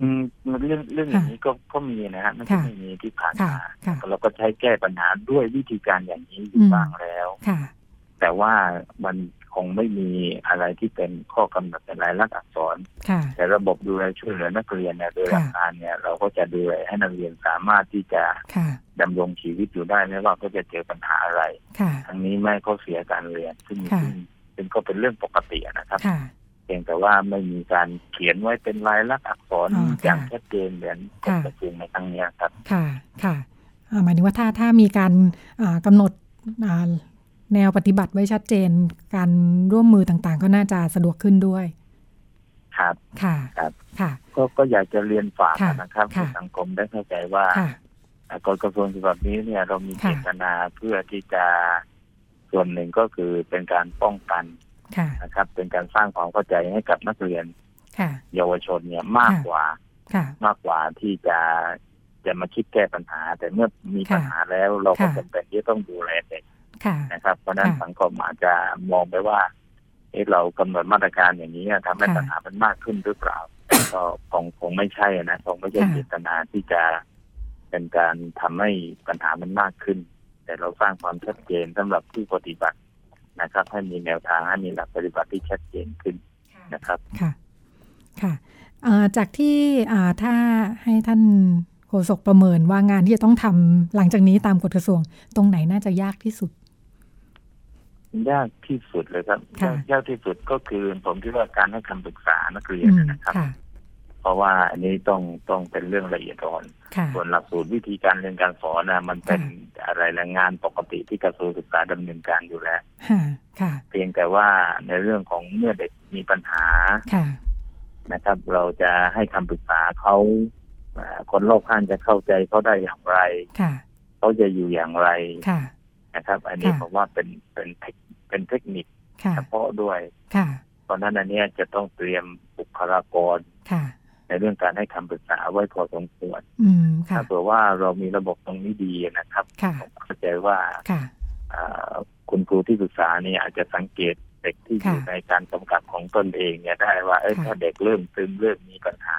Speaker 8: อืมเรื่องเรื่องอย่างนี้ก็ก็มีนะฮะไม่ใช่
Speaker 2: ค่ะ
Speaker 8: ไม่มีที่ผ่าน
Speaker 2: ค่ะ
Speaker 8: มา
Speaker 2: ค่ะ
Speaker 8: เราก็ใช้แก้ปัญหาด้วยวิธีการอย่างนี้อยู่
Speaker 2: อืม
Speaker 8: บ้างแล้ว
Speaker 2: ค่ะ
Speaker 8: แต่ว่ามันคงไม่มีอะไรที่เป็นข้อกำหนดเป็นลายลักษณ์อักษร
Speaker 2: ค่ะ
Speaker 8: แต่ระบบดูแลช่วยเหลือนักเรียนเนี่ยโดยหลักการเนี่ย เราก็จะดูแลให้นักเรียนสามารถที่จะ
Speaker 2: ค่ะ
Speaker 8: ดำรงชีวิตอยู่ได้ไม่ว่าเขาจะเจอปัญหาอะไร
Speaker 2: ค่ะ
Speaker 8: ทั้งนี้แม่ก็เสียการเรียนซึ่ง
Speaker 2: ค่ะ
Speaker 8: ซึ่งซึ่งก็เป็นเรื่องปกตินะครับ
Speaker 2: ค่ะ
Speaker 8: เพียงแต่ว่าไม่มีการเขียนไว้เป็นลายลักษณ์อักษร
Speaker 2: อ๋อค่ะ
Speaker 8: อย่างชัดเจนเหมือนกฎ
Speaker 2: ค่ะ
Speaker 8: กระทรวงในครั้งเนี้ยครับ
Speaker 2: ค่ะ ค่ะอ่าหมายถึงว่าถ้าถ้ามีการอ่ากำหนดอ่าแนวปฏิบัติไว้ชัดเจน การร่วมมือต่างๆ ก็น่าจะสะดวกขึ้นด้วย
Speaker 8: ครับ
Speaker 2: ค่ะ
Speaker 8: ครับ
Speaker 2: ค่ะ
Speaker 8: ก็ก็อยากจะเรียนฝาก
Speaker 2: ค่ะ
Speaker 8: นะครับ
Speaker 2: ค่ะ
Speaker 8: ให้สังคมได้เข้าใจว่า
Speaker 2: ค่ะ
Speaker 8: กฎกระทรวงฉบับนี้เนี่ยเรามี
Speaker 2: ค่ะ
Speaker 8: เจตนาเพื่อที่จะส่วนหนึ่งก็คือเป็นการป้องกัน
Speaker 2: ค่ะ
Speaker 8: นะครับ เป็นการสร้างความเข้าใจให้กับนักเรียน
Speaker 2: ค่ะ
Speaker 8: เยาวชนเนี่ยมาก
Speaker 2: ค่ะ
Speaker 8: กว่า
Speaker 2: ค่ะ
Speaker 8: มากกว่าที่จะจะมาคิดแก้ปัญหา แต่เมื่อมี
Speaker 2: ค่ะ
Speaker 8: ปัญหาแล้วเราก็
Speaker 2: ค่ะ
Speaker 8: จำเป็นที่จะต้องดูแลเด็ก
Speaker 2: ค่ะ
Speaker 8: นะครับ เพราะฉะนั้น
Speaker 2: ค่ะ
Speaker 8: สังคมอาจจะมองไปว่าเอ๊ะเรากำหนดมาตรการอย่างนี้ทำให้ปัญหามันมากขึ้นหรือเปล่า ก็คงคงไม่ใช่นะคงไม่ใช่เจตนาที่จะเป็นการทำให้ปัญหามันมากขึ้น แต่เราสร้างความชัดเจนสำหรับผู้ปฏิบัตินะครับ ให้มีแนวทางให้มีหลักปฏิบัติที่ชัดเจนขึ้นนะครับ
Speaker 2: ค่ะ ค่ะเอ่อจากที่อ่าถ้าให้ท่านโฆษกประเมินว่างานที่จะต้องทำหลังจากนี้ตามกฎกระทรวง ตรงไหนน่าจะยากที่สุด
Speaker 8: ยากที่สุดเลยครับ
Speaker 2: ค่ะ
Speaker 8: ยากยากที่สุดก็คือผมคิดว่าการให้คำปรึกษานักเรียน
Speaker 2: ม
Speaker 8: นะครับ
Speaker 2: ค่ะ
Speaker 8: เพราะว่าอันนี้ต้องต้องเป็นเรื่องละเอียดอ่อน
Speaker 2: ค่ะ
Speaker 8: ส่วนหลักสูตรวิธีการเรียนการสอนนะมันเป็นอะไรแรงงานปกติที่กระทรวงศึกษาดำเนินการอยู่แล้ว
Speaker 2: ค่ะ ค่ะ
Speaker 8: เพียงแต่ว่าในเรื่องของเมื่อเด็กมีปัญหา
Speaker 2: ค่ะ
Speaker 8: นะครับ เราจะให้คำปรึกษาเขาเอ่อคนรอบข้างจะเข้าใจเขาได้อย่างไร
Speaker 2: ค่ะ
Speaker 8: เขาจะอยู่อย่างไร
Speaker 2: ค่ะ
Speaker 8: นะครับ อันนี้
Speaker 2: ค่ะ
Speaker 8: ผมว่าเป็นเป็นเทคเป็นเทคนิค
Speaker 2: ค่ะ
Speaker 8: เฉพาะด้วย
Speaker 2: ค่ะ
Speaker 8: เพราะฉะนั้นอันเนี้ยจะต้องเตรียมบุคลากร
Speaker 2: ค่ะ
Speaker 8: ในเรื่องการให้คำปรึกษาไว้พอสมควร
Speaker 2: อืม ค่ะ
Speaker 8: ถ้าเผื่อว่าเรามีระบบตรงนี้ดีนะครับ
Speaker 2: ค่ะ
Speaker 8: ผมเข้าใจว่า
Speaker 2: ค่ะ
Speaker 8: เอ่อคุณครูที่ปรึกษาเนี่ยอาจจะสังเกตเด็กที่อยู่
Speaker 2: ค่ะ
Speaker 8: ในการกำกับของตนเองเนี่ยได้ว่าเอ้ย
Speaker 2: ค่ะ
Speaker 8: ถ้าเด็กเริ่มซึมเริ่มมีปัญหา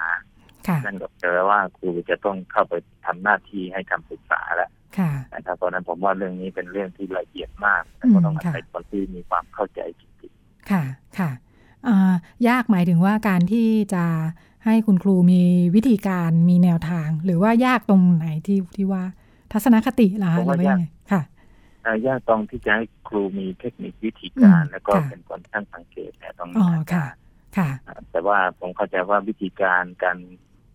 Speaker 2: ค่ะ
Speaker 8: นั่นก็แปลว่าครูจะต้องเข้าไปทำหน้าที่ให้คำปรึกษาแล้ว
Speaker 2: ค่ะ
Speaker 8: นะครับเพราะฉะนั้นผมว่าเรื่องนี้เป็นเรื่องที่ละเอียดมาก
Speaker 2: อืม
Speaker 8: ก็ต้องอา
Speaker 2: ค่ะ
Speaker 8: ศัยคนที่มีความเข้าใจจริง
Speaker 2: ค่ะ ค่ะอ่ายากหมายถึงว่าการที่จะให้คุณครูมีวิธีการมีแนวทาง หรือว่ายากตรงไหนที่ที่ว่าทัศนคติเหรอคะหรือว่ายังไงค่ะ
Speaker 8: ๆอ่ายากตรงที่จะให้ครูมีเทคนิควิธีการ
Speaker 2: อืม
Speaker 8: แล้วก็
Speaker 2: ค่ะ
Speaker 8: เป็นคนตั้งสังเกตเนี่ยตรง
Speaker 2: อ๋
Speaker 8: นี้
Speaker 2: อ
Speaker 8: อาจจะ
Speaker 2: ค่ะ ค่ะ
Speaker 8: อ่าแต่ว่าผมเข้าใจว่าวิธีการการ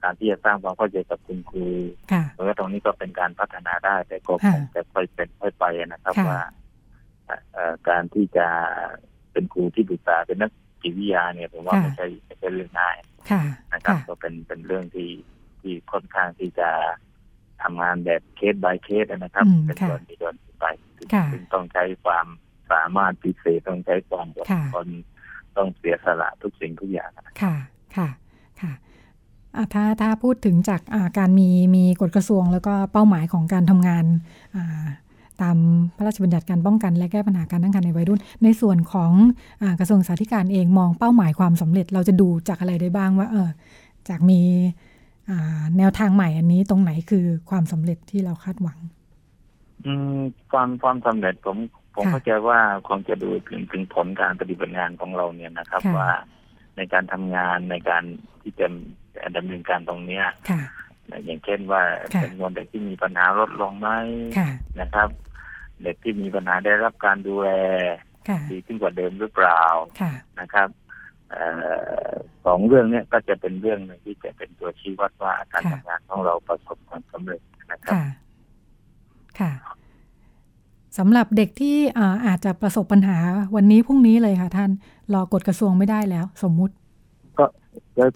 Speaker 8: การที่จะสร้างความเข้าใจกับคุณครู
Speaker 2: ค่ะ
Speaker 8: เออตรงนี้ก็เป็นการพัฒนาได้ แต่ก็ค
Speaker 2: ค่ะ
Speaker 8: งจะค่อยเป็นค่อยไปนะครับ
Speaker 2: ค่ะ
Speaker 8: ว่าเอ่อการที่จะเป็นครูที่ปรึกษาเป็นนักจิตวิทยาเนี่ยผมว่าไม่ใช่ไม่ใช่เรื่องง่าย
Speaker 2: ค่ะ
Speaker 8: นะครับ
Speaker 2: ค่ะ
Speaker 8: ก็เป็นเป็นเรื่องที่ที่ค่อนข้างที่จะทำงานแบบเคส by เคสนะครับ
Speaker 2: อืม
Speaker 8: เป็น
Speaker 2: ค่ะ
Speaker 8: กรณีกรณีไปซึ่ง
Speaker 2: ค่ะ
Speaker 8: ซึ่งต้องใช้ความสามารถพิเศษต้องใช้ความอด
Speaker 2: ค่ะ
Speaker 8: ทนต้องเสียสละทุกสิ่งทุกอย่างนะ
Speaker 2: ค่ะ ค่ะ ค่ะอ่ะถ้า ถ้าพูดถึงจากอ่าการมี มีกฎกระทรวง แล้วก็เป้าหมายของการทำงานอ่าตามพระราชบัญญัติการป้องกัน และแก้ปัญหาการตั้งครรภ์ในวัยรุ่น ในส่วนของอากระทรวงสาธิการเองมองเป้าหมายความสำเร็จเราจะดูจากอะไรได้บ้างว่า เออ จากมีอ่าแนวทางใหม่อันนี้ตรงไหนคือความสำเร็จที่เราคาดหวัง
Speaker 8: อืมความความสำเร็จผมผม
Speaker 2: ค่ะ
Speaker 8: เข้าใจว่าคงจะดูถึงถึงผลการปฏิบัติงานของเราเนี่ยนะครับ
Speaker 2: ค่ะ
Speaker 8: ว่าในการทำงานในการที่จะดำเนินการตรงเนี้ย
Speaker 2: ค่ะ
Speaker 8: อย่างเช่นว่า
Speaker 2: ค่ะ
Speaker 8: จำนวนเด็กที่มีปัญหาลดลงไหม
Speaker 2: ค่ะ
Speaker 8: นะครับ เด็กที่มีปัญหาได้รับการดูแล
Speaker 2: ค่ะ
Speaker 8: ดีขึ้นกว่าเดิมหรือเปล่า
Speaker 2: ค่ะ
Speaker 8: นะครับเออสองเรื่องเนี้ยก็จะเป็นเรื่องหนึ่งที่จะเป็นตัวชี้วัดว่าการ
Speaker 2: ค่ะ
Speaker 8: ทำงานของเราประสบความสำเร็จนะครับ
Speaker 2: ค่ะ ค่ะ สำหรับเด็กที่อ่าอาจจะประสบปัญหาวันนี้พรุ่งนี้เลยค่ะท่าน รอกฎกระทรวงไม่ได้แล้ว สมมุติ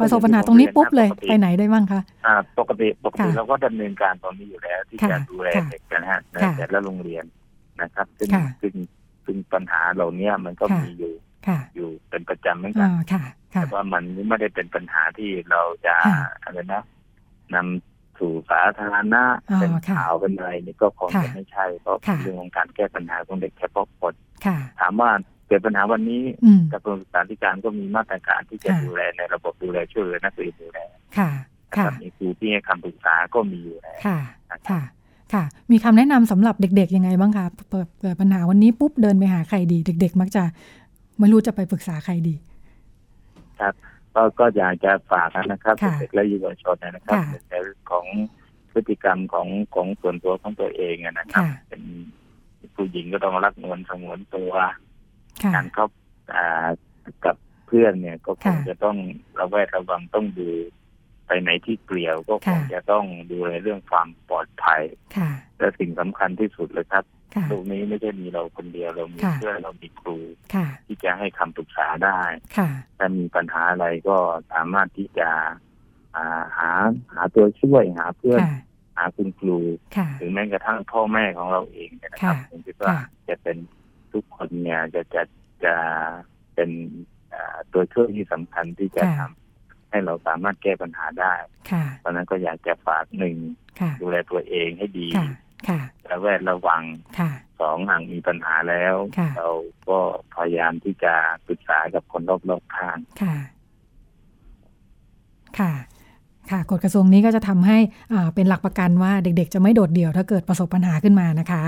Speaker 2: ประสบปัญหาตรงนี้ปุ๊บเลยไปไหนได้บ้างคะ
Speaker 8: อ่าปกติปกติ
Speaker 2: ค่ะ
Speaker 8: เราก็ดำเนินการตรงนี้อยู่แล้ว ที่
Speaker 2: ค่ะ
Speaker 8: จะดูแล
Speaker 2: ค่ะ
Speaker 8: เด็กนะฮะใน
Speaker 2: ค่ะ
Speaker 8: แต่ละโรงเรียนนะครับ ซึ่ง
Speaker 2: ค่ะ
Speaker 8: ซึ่งซึ่งปัญหาเหล่าเนี้ยมันก็
Speaker 2: ค่ะ
Speaker 8: มีอยู่
Speaker 2: ค่ะ
Speaker 8: อยู่เป็นประจำเหมือนกั
Speaker 2: อ่าน ค่ะค่ะ
Speaker 8: แต่ว่ามันไม่ได้เป็นปัญหาที่เราจะ
Speaker 2: ค่ะ
Speaker 8: อะไรนะนำสู่สาธารณะ
Speaker 2: อ๋อ
Speaker 8: เป็น
Speaker 2: ค่ะ
Speaker 8: ข่าวเป็นอะไรนี่ก็คง
Speaker 2: ค่ะ
Speaker 8: จะไม่ใช่เพราะ
Speaker 2: ค่ะ
Speaker 8: เรื่องของการแก้ปัญหาของเด็กเฉพาะคน
Speaker 2: ค่ะ
Speaker 8: ถามว่าเกิดปัญหาวันนี้
Speaker 2: อืม
Speaker 8: กระทรวงศึกษาธิการก็มีมาตรการที่จะ
Speaker 2: ค่ะ
Speaker 8: ดูแลในระบบดูแลช่วยเหลือนักเรียนดูแล
Speaker 2: ค่ะ
Speaker 8: นะ
Speaker 2: ค่ะ
Speaker 8: ครับมีครูที่ให้คำปรึกษาก็มีอยู่แล้ว
Speaker 2: ค่ะค่ะ ค่ะ มีคำแนะนำสำหรับเด็กๆยังไงบ้างคะเปิดเกิดปัญหาวันนี้ปุ๊บเดินไปหาใครดี เด็ก ๆ มักจะไม่รู้จะไปปรึกษาใครดี
Speaker 8: ก็ก็อยากจะฝากนะครับ
Speaker 2: ค่ะ
Speaker 8: เด็กและเยาวชนนะครับ
Speaker 2: ค่ะ
Speaker 8: ในเรื่องของพฤติกรรมของของส่วนตัวของตัวเองอะนะครับ
Speaker 2: ค่ะ
Speaker 8: เป็นผู้หญิงก็ต้องรักนวลสงวนตัว
Speaker 2: ค่ะ
Speaker 8: การเข้าอ่ากับเพื่อนเนี่ยก็คง
Speaker 2: ค่ะ
Speaker 8: จะต้องระแวดระวังต้องดูไปในที่เปลี่ยวก็คง
Speaker 2: ค่ะ
Speaker 8: จะต้องดูในเรื่องความปลอดภัย
Speaker 2: ค่ะ
Speaker 8: และสิ่งสำคัญที่สุดเลยครับ
Speaker 2: ค่ะ
Speaker 8: ตรงนี้ไม่ใช่มีเราคนเดียวเรามี
Speaker 2: ค่ะ
Speaker 8: เพื่อนเรามีครู
Speaker 2: ค่ะ
Speaker 8: ที่จะให้คำปรึกษาได้
Speaker 2: ค่ะ
Speaker 8: ถ้ามีปัญหาอะไรก็สามารถที่จะอ่าหาหาตัวช่วยหาเพื่อน
Speaker 2: ค่ะ
Speaker 8: หาคุณครู
Speaker 2: ค่ะ
Speaker 8: หรือแม้กระทั่งพ่อแม่ของเราเองเนยนะครับ
Speaker 2: ค่ะ
Speaker 8: ผมคิดว่า
Speaker 2: ค่ะ
Speaker 8: จะเป็นทุกคนเนี่ยจะจะจะเป็นอ่าตัวช่วยที่สำคัญที่จะทำ
Speaker 2: ค่ะ
Speaker 8: ให้เราสามารถแก้ปัญหาได้
Speaker 2: ค่ะ
Speaker 8: เพราะฉะนั้นก็อยากจะฝากหนึ่ง
Speaker 2: ค่ะ
Speaker 8: ดูแลตัวเองให้ดี
Speaker 2: ค่ะ ค่ะ
Speaker 8: ระแวดระวัง
Speaker 2: ค่ะ
Speaker 8: สองหากมีปัญหาแล้ว
Speaker 2: ค่ะ
Speaker 8: เราก็พยายามที่จะปรึกษากับคนรอบๆข้าง
Speaker 2: ค่ะ ค่ะ ค่ะ กฎกระทรวงนี้ก็จะทำให้อ่าเป็นหลักประกันว่าเด็กๆ จะไม่โดดเดี่ยวถ้าเกิดประสบปัญหาขึ้นมานะคะ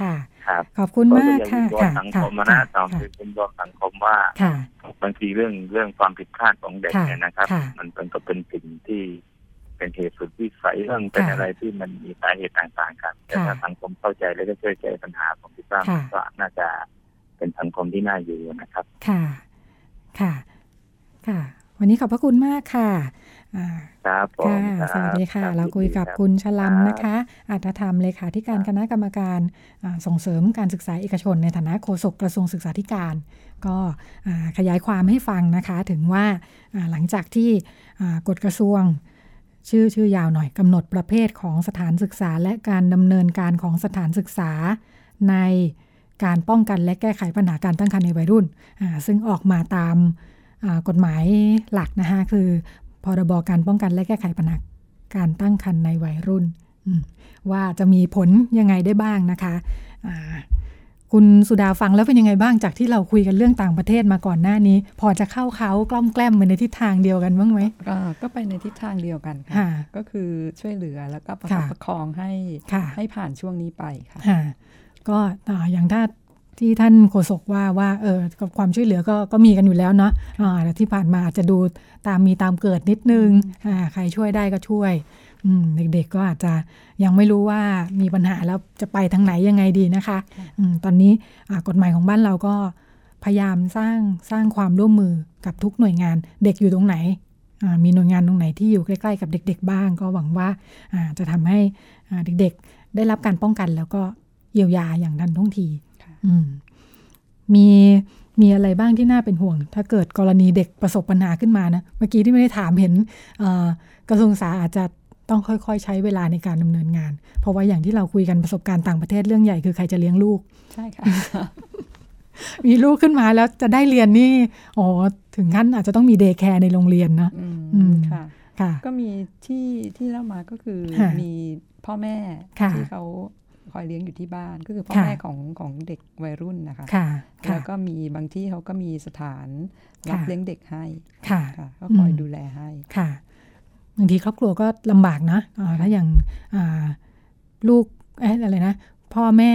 Speaker 2: ค่ะ
Speaker 8: ครับ
Speaker 2: ขอบคุณมาก
Speaker 8: ก็
Speaker 2: ค่ะ
Speaker 8: อยาก
Speaker 2: ค่ะ
Speaker 8: วิงวอนสัง
Speaker 2: ค่ะ
Speaker 8: คมนะตอนที่เป็นวอนสังคมว่า
Speaker 2: ค่ะ
Speaker 8: บางทีเรื่องเรื่องความผิดพลาดของเด็ก
Speaker 2: ค่ะ
Speaker 8: เนี่ยนะครับ
Speaker 2: ค่ะ
Speaker 8: มันเป็นก็เป็นสิ่งที่เป็นเหตุสุดวิสัยเรื่องเป็น
Speaker 2: ค่ะ
Speaker 8: อะไรที่มันมีสาเหตุต่างๆกันแต่
Speaker 2: ค่ะ
Speaker 8: ถ้าสังคมเข้าใจและก็ช่วยแก้ปัญหาผมคิดว่า
Speaker 2: ค่ะ
Speaker 8: ก็น่าจะเป็นสังคมที่น่าอยู่นะครับ
Speaker 2: ค่ะ ค่ะ ค่ะ วันนี้ขอบพระคุณมากค่ะอ่า
Speaker 8: ครับผม
Speaker 2: ค่ะ สวัสดีค่ะ
Speaker 8: รับ
Speaker 2: เราคุยกับคุณชลัม
Speaker 8: รับ
Speaker 2: นะคะ อัตธรรมเลขาธิการคณะกรรมการอ่าส่งเสริมการศึกษาเอกชนในฐานะโฆษกกระทรวงศึกษาธิการ ก็อ่าขยายความให้ฟังนะคะ ถึงว่าอ่าหลังจากที่อ่ากฎกระทรวง ชื่อชื่อยาวหน่อยกำหนดประเภทของสถานศึกษา และการดำเนินการของสถานศึกษา ในการป้องกันและแก้ไขปัญหาการตั้งครรภ์ในวัยรุ่นอ่าซึ่งออกมาตาม อ่ากฎหมายหลักนะคะคือพรบการป้องกันและแก้ไขปัญหาการตั้งครรภ์ในวัยรุ่นอืมว่าจะมีผลยังไงได้บ้างนะคะอ่าคุณสุดาฟังแล้วเป็นยังไงบ้างจากที่เราคุยกันเรื่องต่างประเทศมาก่อนหน้านี้ พอจะเข้าเขากล้อมแกล้มไปในทิศทางเดียวกันบ้างไหม
Speaker 3: อ่าก็ไปในทิศทางเดียวกันค่ะ
Speaker 2: ค่ะ
Speaker 3: ก็คือช่วยเหลือแล้วก็ประคับ
Speaker 2: ค่ะ
Speaker 3: ประคองให้
Speaker 2: ค่ะ
Speaker 3: ให้ผ่านช่วงนี้ไปค่ะ
Speaker 2: ค่ะก็อ่าอย่างถ้าที่ท่านโฆษกว่าว่าเออกับความช่วยเหลือก็ก็มีกันอยู่แล้วเนาะอ่าแต่ที่ผ่านมาอาจจะดูตามมีตามเกิดนิดนึงอ่าใครช่วยได้ก็ช่วยอืมเด็กๆก็อาจจะยังไม่รู้ว่ามีปัญหาแล้วจะไปทางไหนยังไงดีนะคะอืมตอนนี้อ่ากฎหมายของบ้านเราก็พยายามสร้างสร้างความร่วมมือกับทุกหน่วยงาน เด็กอยู่ตรงไหนอ่ามีหน่วยงานตรงไหนที่อยู่ใกล้ๆกับเด็ก ๆ บ้าง ก็หวังว่าอ่าจะทำให้อ่าเด็กๆ ได้รับการป้องกันแล้วก็เยียวยาอย่างทันท่วงที
Speaker 3: ค่ะ
Speaker 2: อืมมีมีอะไรบ้างที่น่าเป็นห่วง ถ้าเกิดกรณีเด็กประสบปัญหาขึ้นมานะ เมื่อกี้ที่ไม่ได้ถามเห็นเอ่อกระทรวงศึกษาอาจจะต้องค่อยๆ ใช้เวลาในการดำเนินงาน เพราะว่าอย่างที่เราคุยกันประสบการณ์ต่างประเทศเรื่องใหญ่คือใครจะเลี้ยงลูก
Speaker 3: ใช่ค่ะ
Speaker 2: มีลูกขึ้นมาแล้วจะได้เรียนนี่โอ้ถึงขั้นอาจจะต้องมีเดย์แคร์ในโรงเรียนนะ
Speaker 3: อื
Speaker 2: อื
Speaker 3: ม
Speaker 2: ม
Speaker 3: ค่ะ
Speaker 2: ค่ะ
Speaker 3: ก็มีที่ที่เล่ามาก็คือ
Speaker 2: ค่ะ
Speaker 3: มีพ่อแม่
Speaker 2: ค่ะ
Speaker 3: ที่เขาคอยเลี้ยงอยู่ที่บ้าน ก็คือพ่อ
Speaker 2: ค่ะ
Speaker 3: แม่ของของเด็กวัยรุ่นนะคะ
Speaker 2: ค่ะ
Speaker 3: แล้วก็มีบางที่เขาก็มีสถานรับ
Speaker 2: ค่ะ
Speaker 3: เลี้ยงเด็กให้
Speaker 2: ค่ะ
Speaker 3: ค่ะก็คอย
Speaker 2: อืม
Speaker 3: ดูแลให้
Speaker 2: ค่ะบางทีครอบครัวก็ลำบากนะอ่าถ้าอย่างอ่าลูกเอะอะไรนะ พ่อแม่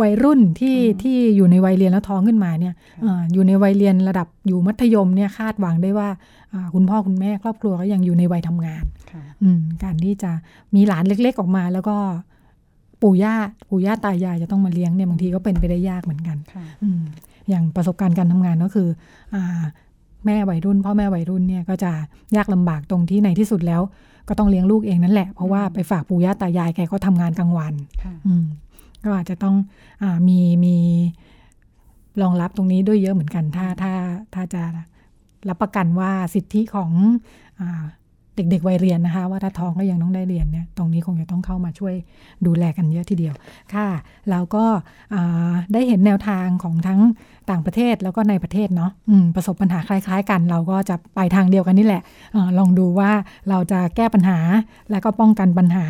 Speaker 2: วัยรุ่นที่
Speaker 3: อืม
Speaker 2: ที่อยู่ในวัยเรียนแล้วท้องขึ้นมาเนี่ยอ่าอยู่ในวัยเรียนระดับอยู่มัธยมเนี่ยคาดหวังได้ว่าอ่าคุณพ่อคุณแม่ครอบครัวก็ยังอยู่ในวัยทำงาน
Speaker 3: ค่ะ
Speaker 2: อืมการที่จะมีหลานเล็ก ๆ ออกมา แล้วก็ปู่ย่าปู่ย่าตายายจะต้องมาเลี้ยงเนี่ยบางทีก็เป็นไปได้ยากเหมือนกัน
Speaker 3: ค่ะ
Speaker 2: อืมอย่างประสบการณ์การทำงานก็คืออาแม่วัยรุ่น พ่อแม่วัยรุ่นเนี่ยก็จะยากลำบากตรงที่ในที่สุดแล้ว ก็ต้องเลี้ยงลูกเองนั่นแหละ เพราะว่า
Speaker 3: อืม
Speaker 2: ไปฝากปู่ย่าตายายแกก็ทำงานกลางวัน
Speaker 3: ค่ะ
Speaker 2: อืมก็อาจจะต้องอามีมีรองรับตรงนี้ด้วยเยอะเหมือนกัน ถ้าถ้าถ้าจะ รับประกันว่าสิทธิของอาเด็กๆวัยเรียนนะคะ ว่าถ้าท้องก็ยังต้องได้เรียนเนี่ยตรงนี้คงจะต้องเข้ามาช่วยดูแลกันเยอะทีเดียวค่ะแล้วก็อ่าได้เห็นแนวทางของทั้งต่างประเทศแล้วก็ในประเทศเนาะอืมประสบปัญหาคล้าย ๆ กัน เราก็จะไปทางเดียวกันนี่แหละอาลองดูว่าเราจะแก้ปัญหาแล้วก็ป้องกันปัญหา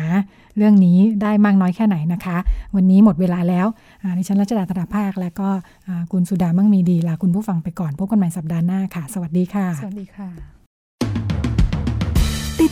Speaker 2: เรื่องนี้ได้มากน้อยแค่ไหนนะคะ วันนี้หมดเวลาแล้วอ่าดิฉันรัชดาตราภาค และก็อ่าคุณสุดามั่งมีดีลาคุณผู้ฟังไปก่อนพบกันใหม่สัปดาห์หน้าค่ะ สวัสดีค่ะ
Speaker 3: สวัสดีค่ะ
Speaker 6: ติด